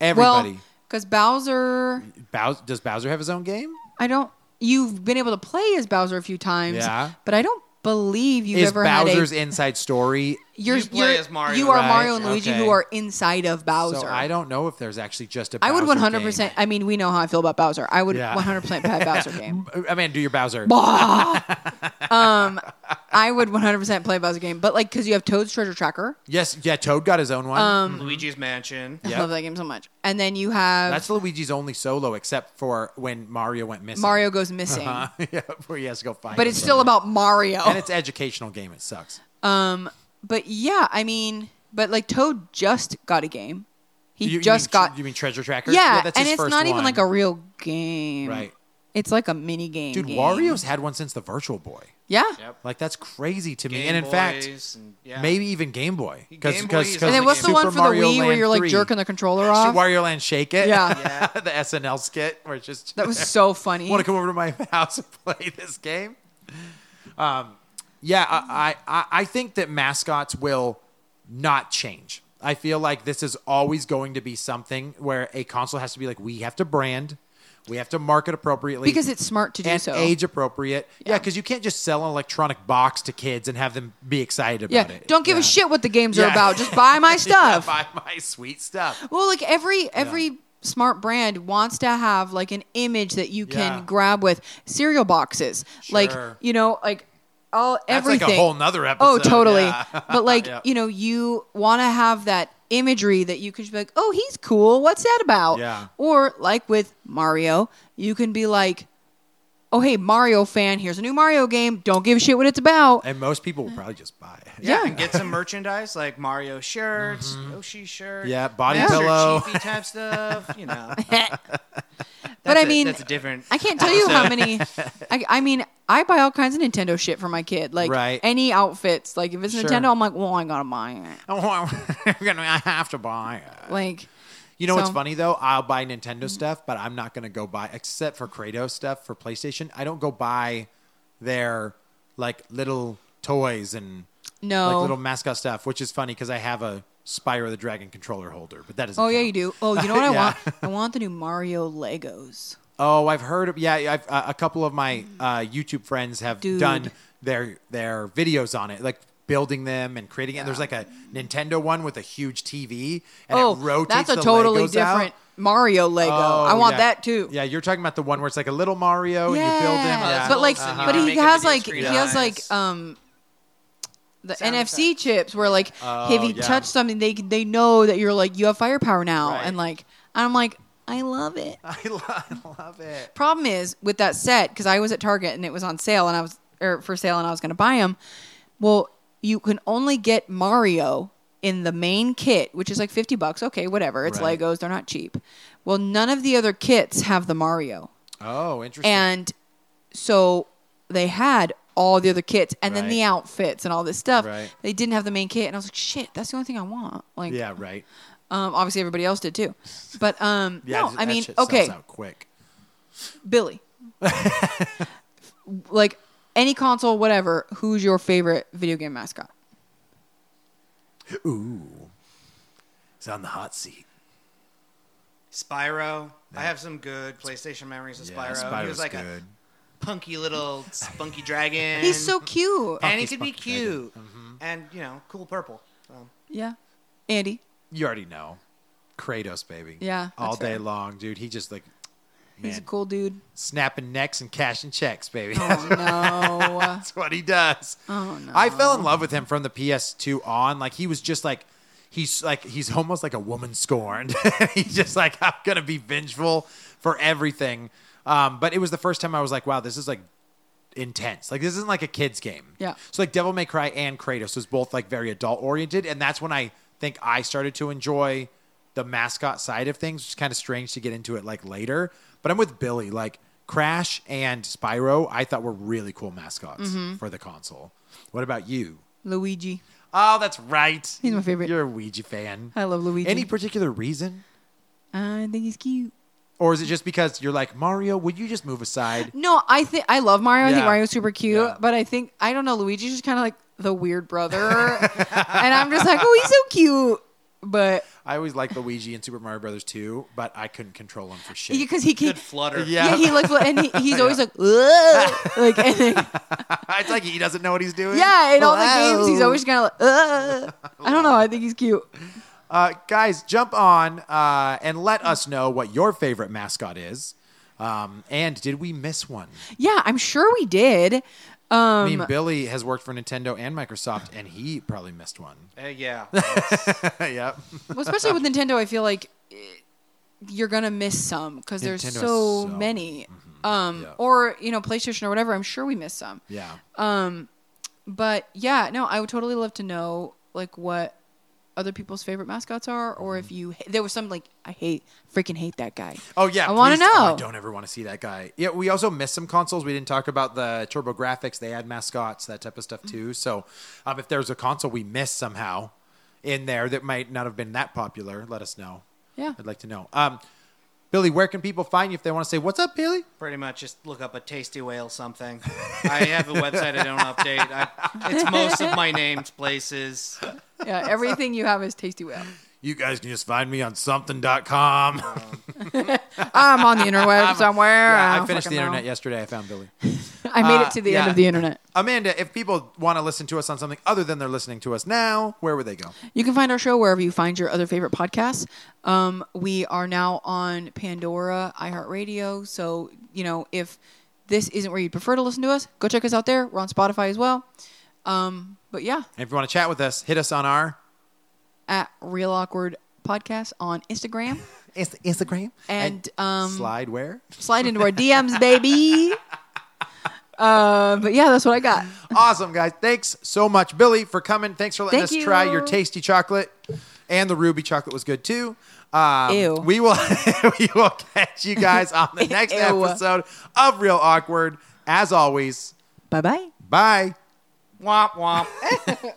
Speaker 2: Everybody.
Speaker 1: Well, because Bowser,
Speaker 2: Bowser, does Bowser have his own game?
Speaker 1: I don't. You've been able to play as Bowser a few times,
Speaker 2: Yeah.
Speaker 1: but I don't believe you've
Speaker 2: Is
Speaker 1: ever
Speaker 2: Bowser's
Speaker 1: had a.
Speaker 2: inside story?
Speaker 1: You're,
Speaker 3: You play
Speaker 1: you're-
Speaker 3: as Mario,
Speaker 1: You are
Speaker 2: right?
Speaker 1: Mario and Luigi,
Speaker 2: Okay.
Speaker 1: who are inside of Bowser.
Speaker 2: So I don't know if there's actually just a.
Speaker 1: I would
Speaker 2: Bowser
Speaker 1: 100. percent I mean, we know how I feel about Bowser. I would
Speaker 2: Yeah.
Speaker 1: 100 percent play a Bowser game.
Speaker 2: game. I mean, do your Bowser.
Speaker 1: I would 100 percent play a Bowser game, but like because you have Toad's Treasure Tracker.
Speaker 2: Yes. Yeah. Toad got his own one.
Speaker 1: Um,
Speaker 3: Luigi's Mansion.
Speaker 1: I
Speaker 2: Yep.
Speaker 1: love that game so much. And then you have
Speaker 2: That's Luigi's only solo, except for when Mario went missing.
Speaker 1: Mario goes missing,
Speaker 2: yeah, where he has to go find.
Speaker 1: but
Speaker 2: him
Speaker 1: it's
Speaker 2: later.
Speaker 1: still about Mario.
Speaker 2: Uh-huh. And it's educational game. It sucks.
Speaker 1: but yeah, I mean, but like Toad just got a game. He
Speaker 2: You- you
Speaker 1: just
Speaker 2: mean-
Speaker 1: got
Speaker 2: You mean Treasure Tracker?
Speaker 1: yeah,
Speaker 2: that's
Speaker 1: and
Speaker 2: his
Speaker 1: it's
Speaker 2: first
Speaker 1: not even
Speaker 2: one.
Speaker 1: like a real game,
Speaker 2: Right.
Speaker 1: It's like a mini game.
Speaker 2: dude.
Speaker 1: game.
Speaker 2: Wario's had one since the Virtual Boy.
Speaker 1: yeah.
Speaker 3: Yep.
Speaker 2: Like that's crazy to me.
Speaker 3: Game
Speaker 2: and in fact,
Speaker 3: Boys and- yeah.
Speaker 2: maybe even Game Boy. Because
Speaker 3: Game Boy
Speaker 2: because
Speaker 3: is-
Speaker 1: And
Speaker 3: That
Speaker 1: then
Speaker 3: was
Speaker 1: what's
Speaker 3: a
Speaker 1: the
Speaker 3: game.
Speaker 1: one for the Wii where you're like jerking the controller off?
Speaker 2: Wario Land Shake It.
Speaker 1: Yeah.
Speaker 2: the SNL skit where it's just
Speaker 1: That was so funny.
Speaker 2: want to come over to my house and play this game. Um, yeah, I, I, I think that mascots will not change. I feel like this is always going to be something where a console has to be like, we have to brand, we have to market appropriately
Speaker 1: because it's smart to do
Speaker 2: and
Speaker 1: so.
Speaker 2: age appropriate. Yeah, because you can't just sell an electronic box to kids and have them be excited
Speaker 1: yeah,
Speaker 2: about it.
Speaker 1: don't give
Speaker 2: Yeah.
Speaker 1: a shit what the games are
Speaker 2: Yeah.
Speaker 1: about. Just buy my
Speaker 2: Yeah,
Speaker 1: stuff.
Speaker 2: buy my sweet stuff.
Speaker 1: Well, like every every smart brand wants to have like an image that you can
Speaker 2: Yeah.
Speaker 1: grab with cereal boxes. Like
Speaker 2: Sure.
Speaker 1: you know, like all
Speaker 2: That's
Speaker 1: everything.
Speaker 2: like a whole nother episode.
Speaker 1: oh, totally.
Speaker 2: Yeah.
Speaker 1: but like
Speaker 2: Yeah.
Speaker 1: you know, you want to have that imagery that you can just be like, oh, he's cool. What's that about?
Speaker 2: Yeah.
Speaker 1: Or like with Mario, you can be like. Oh hey, Mario fan! Here's a new Mario game. Don't give a shit what it's about.
Speaker 2: And most people will probably just buy it.
Speaker 3: Yeah,
Speaker 1: Yeah.
Speaker 3: and get some merchandise like Mario shirts, Yoshi shirts.
Speaker 2: Yeah, body
Speaker 3: Master
Speaker 2: pillow.
Speaker 3: Chiefy type stuff. You know,
Speaker 1: but
Speaker 3: I
Speaker 1: I mean,
Speaker 3: that's a different.
Speaker 1: I can't tell you how many. I, I mean, I buy all kinds of Nintendo shit for my kid. Like
Speaker 2: Right.
Speaker 1: any outfits. Like if it's
Speaker 2: Sure.
Speaker 1: Nintendo, I'm like, well, I gotta buy it.
Speaker 2: Oh, I'm gonna I have to buy it.
Speaker 1: Like,
Speaker 2: You know what's
Speaker 1: So-
Speaker 2: funny though? I'll buy Nintendo stuff, but I'm not gonna go buy except for Kratos stuff for PlayStation. I don't go buy their like little toys and
Speaker 1: No.
Speaker 2: like little mascot stuff, which is funny because I have a Spyro the Dragon controller holder, but that doesn't.
Speaker 1: oh yeah,
Speaker 2: count.
Speaker 1: you do. Oh, you know what I
Speaker 2: Yeah.
Speaker 1: want? I want the new Mario Legos.
Speaker 2: Oh, I've heard of yeah. I've, uh, a couple of my uh, YouTube friends have
Speaker 1: Dude.
Speaker 2: done their their videos on it, like building them and creating. it. And there's like a Nintendo one with a huge TV, and
Speaker 1: oh,
Speaker 2: it rotates.
Speaker 1: that's a
Speaker 2: the
Speaker 1: totally
Speaker 2: Legos out.
Speaker 1: different Mario Lego.
Speaker 2: Oh,
Speaker 1: I want
Speaker 2: yeah.
Speaker 1: that too.
Speaker 2: Yeah, you're talking about the one where it's like a little Mario and you build him.
Speaker 1: Yeah.
Speaker 2: Yeah.
Speaker 1: But like,
Speaker 3: Uh-huh.
Speaker 1: but
Speaker 3: You
Speaker 1: he
Speaker 3: make a
Speaker 1: has
Speaker 3: video
Speaker 1: like he
Speaker 3: screen
Speaker 1: has
Speaker 3: eyes.
Speaker 1: like um. The
Speaker 3: Sound
Speaker 1: NFC chips where like if you
Speaker 2: Oh, yeah.
Speaker 1: touch something they they know that you're like you have firepower now
Speaker 2: Right.
Speaker 1: and like and I'm like I love it.
Speaker 2: I, lo- I love it.
Speaker 1: Problem is with that set because I was at Target and it was on sale and I was or for sale and I was going to buy them. Well, you can only get Mario in the main kit, which is like fifty bucks. Okay, whatever. It's
Speaker 2: Right.
Speaker 1: Legos; they're not cheap. Well, none of the other kits have the Mario,
Speaker 2: Oh, interesting.
Speaker 1: and so they had all the other kits and then
Speaker 2: Right.
Speaker 1: the outfits and all this stuff.
Speaker 2: Right.
Speaker 1: They didn't have the main kit, and I was like, "Shit, that's the only thing I want." Like,
Speaker 2: yeah, right.
Speaker 1: um, obviously everybody else did too, but um,
Speaker 2: Yeah,
Speaker 1: no,
Speaker 2: that
Speaker 1: I mean,
Speaker 2: shit sells
Speaker 1: okay,
Speaker 2: out quick.
Speaker 1: Billy. like any console, whatever, who's your favorite video game mascot?
Speaker 2: Ooh. He's on the hot seat.
Speaker 3: Spyro. I have some good PlayStation memories of Spyro. he was like a punky little spunky dragon.
Speaker 1: He's so cute.
Speaker 3: and
Speaker 2: Punky,
Speaker 3: he could be
Speaker 2: spunky dragon.
Speaker 3: cute, and you know, cool purple. So,
Speaker 1: Yeah. Andy.
Speaker 2: You already know. Kratos, baby.
Speaker 1: Yeah,
Speaker 2: All
Speaker 1: that's
Speaker 2: day
Speaker 1: fair.
Speaker 2: long, dude. He just like
Speaker 1: He's a
Speaker 2: man,
Speaker 1: cool dude.
Speaker 2: snapping necks and cashing checks, baby.
Speaker 1: Oh no.
Speaker 2: That's what he does.
Speaker 1: Oh, no.
Speaker 2: I fell in love with him from the PS2 on. Like he was just like he's like he's almost like a woman scorned. he's just like I'm gonna be vengeful for everything. Um, but it was the first time I was like, wow, this is like intense. Like this isn't like a kids game.
Speaker 1: Yeah.
Speaker 2: So like Devil May Cry and Kratos was both like very adult oriented, and that's when I think I started to enjoy the mascot side of things, which is kind of strange to get into it like later. But I'm with Billy. Like Crash and Spyro, I thought were really cool mascots
Speaker 1: Mm-hmm.
Speaker 2: for the console. What about you?
Speaker 1: Luigi.
Speaker 2: Oh, that's right.
Speaker 1: He's my favorite.
Speaker 2: You're a Ouija fan.
Speaker 1: I love Luigi.
Speaker 2: Any particular reason?
Speaker 1: I think he's cute.
Speaker 2: Or is it just because you're like, Mario, would you just move aside?
Speaker 1: No, I think I love Mario. I
Speaker 2: Yeah.
Speaker 1: think Mario's super cute,
Speaker 2: Yeah.
Speaker 1: but I think I don't know. Luigi's just kind of like the weird brother, and I'm just like, oh, he's so cute, but
Speaker 2: I always liked Luigi in Super Mario Brothers 2, but I couldn't control him for shit.
Speaker 1: because he can,
Speaker 3: good flutter.
Speaker 1: yeah.
Speaker 2: Yeah.
Speaker 1: he looks like- and he, he's always like, "Ugh," like, and then-
Speaker 2: it's like he doesn't know what he's doing.
Speaker 1: yeah, in all
Speaker 2: Wow.
Speaker 1: the games, he's always kind of like, Ugh. I don't know. I think he's cute.
Speaker 2: Uh, guys, jump on uh, and let us know what your favorite mascot is. Um, and did we miss one?
Speaker 1: Yeah, I'm sure we did.
Speaker 2: I
Speaker 1: Um,
Speaker 2: mean, Billy has worked for Nintendo and Microsoft, and he probably missed one.
Speaker 3: Uh, yeah.
Speaker 2: yep.
Speaker 1: Well, especially with Nintendo, I feel like eh, you're gonna miss some because there's
Speaker 2: Nintendo has
Speaker 1: so,
Speaker 2: so Mm-hmm.
Speaker 1: many. Um,
Speaker 2: Yeah.
Speaker 1: or you know, PlayStation or whatever. I'm sure we missed some.
Speaker 2: Yeah.
Speaker 1: But yeah, no, I would totally love to know like what other people's favorite mascots are, or if you there was some like I hate freaking hate that guy.
Speaker 2: Mm-hmm. Oh yeah,
Speaker 1: I want to
Speaker 2: please- oh, I
Speaker 1: know.
Speaker 2: don't ever want to see that guy. Yeah, we also missed some consoles. We didn't talk about the Turbo Graphics. They had mascots, that type of stuff too. So, um, if there's a console we missed somehow in there that might not have been that popular, let us know.
Speaker 1: Yeah.
Speaker 2: I'd like to know. Um, Billy, where can people find you if they want to say what's up, Billy?
Speaker 3: Pretty much just look up a tasty whale something. I have a website I don't update. I, it's most of my named places.
Speaker 1: yeah, everything you have is tasty whale.
Speaker 2: You guys can just find me on something.com.
Speaker 1: I'm on the interweb somewhere.
Speaker 2: yeah, I
Speaker 1: don't
Speaker 2: finished the
Speaker 1: fucking know.
Speaker 2: internet yesterday. I found Billy.
Speaker 1: I made
Speaker 2: Uh,
Speaker 1: it to the end
Speaker 2: yeah.
Speaker 1: of the internet.
Speaker 2: Amanda, if people want to listen to us on something other than they're listening to us now, where would they go?
Speaker 1: You can find our show wherever you find your other favorite podcasts. Um, we are now on Pandora, iHeartRadio. So, you know, if this isn't where you'd prefer to listen to us, go check us out there. We're on Spotify as well. Um, but yeah,
Speaker 2: And if you want to chat with us, hit us on our
Speaker 1: at Real Awkward Podcast on Instagram.
Speaker 2: Inst- Instagram
Speaker 1: And, um,
Speaker 2: slide where?
Speaker 1: Slide into our DMs, baby. Uh, but yeah, that's what I got.
Speaker 2: awesome guys! Thanks so much, Billy, for coming. Thanks for letting
Speaker 1: Thank
Speaker 2: us try
Speaker 1: you.
Speaker 2: your tasty chocolate, and the ruby chocolate was good too. Um,
Speaker 1: Ew.
Speaker 2: We will we will catch you guys on the next
Speaker 1: Ew.
Speaker 2: episode of Real Awkward. As always,
Speaker 1: Bye bye.
Speaker 2: bye.
Speaker 3: Womp womp.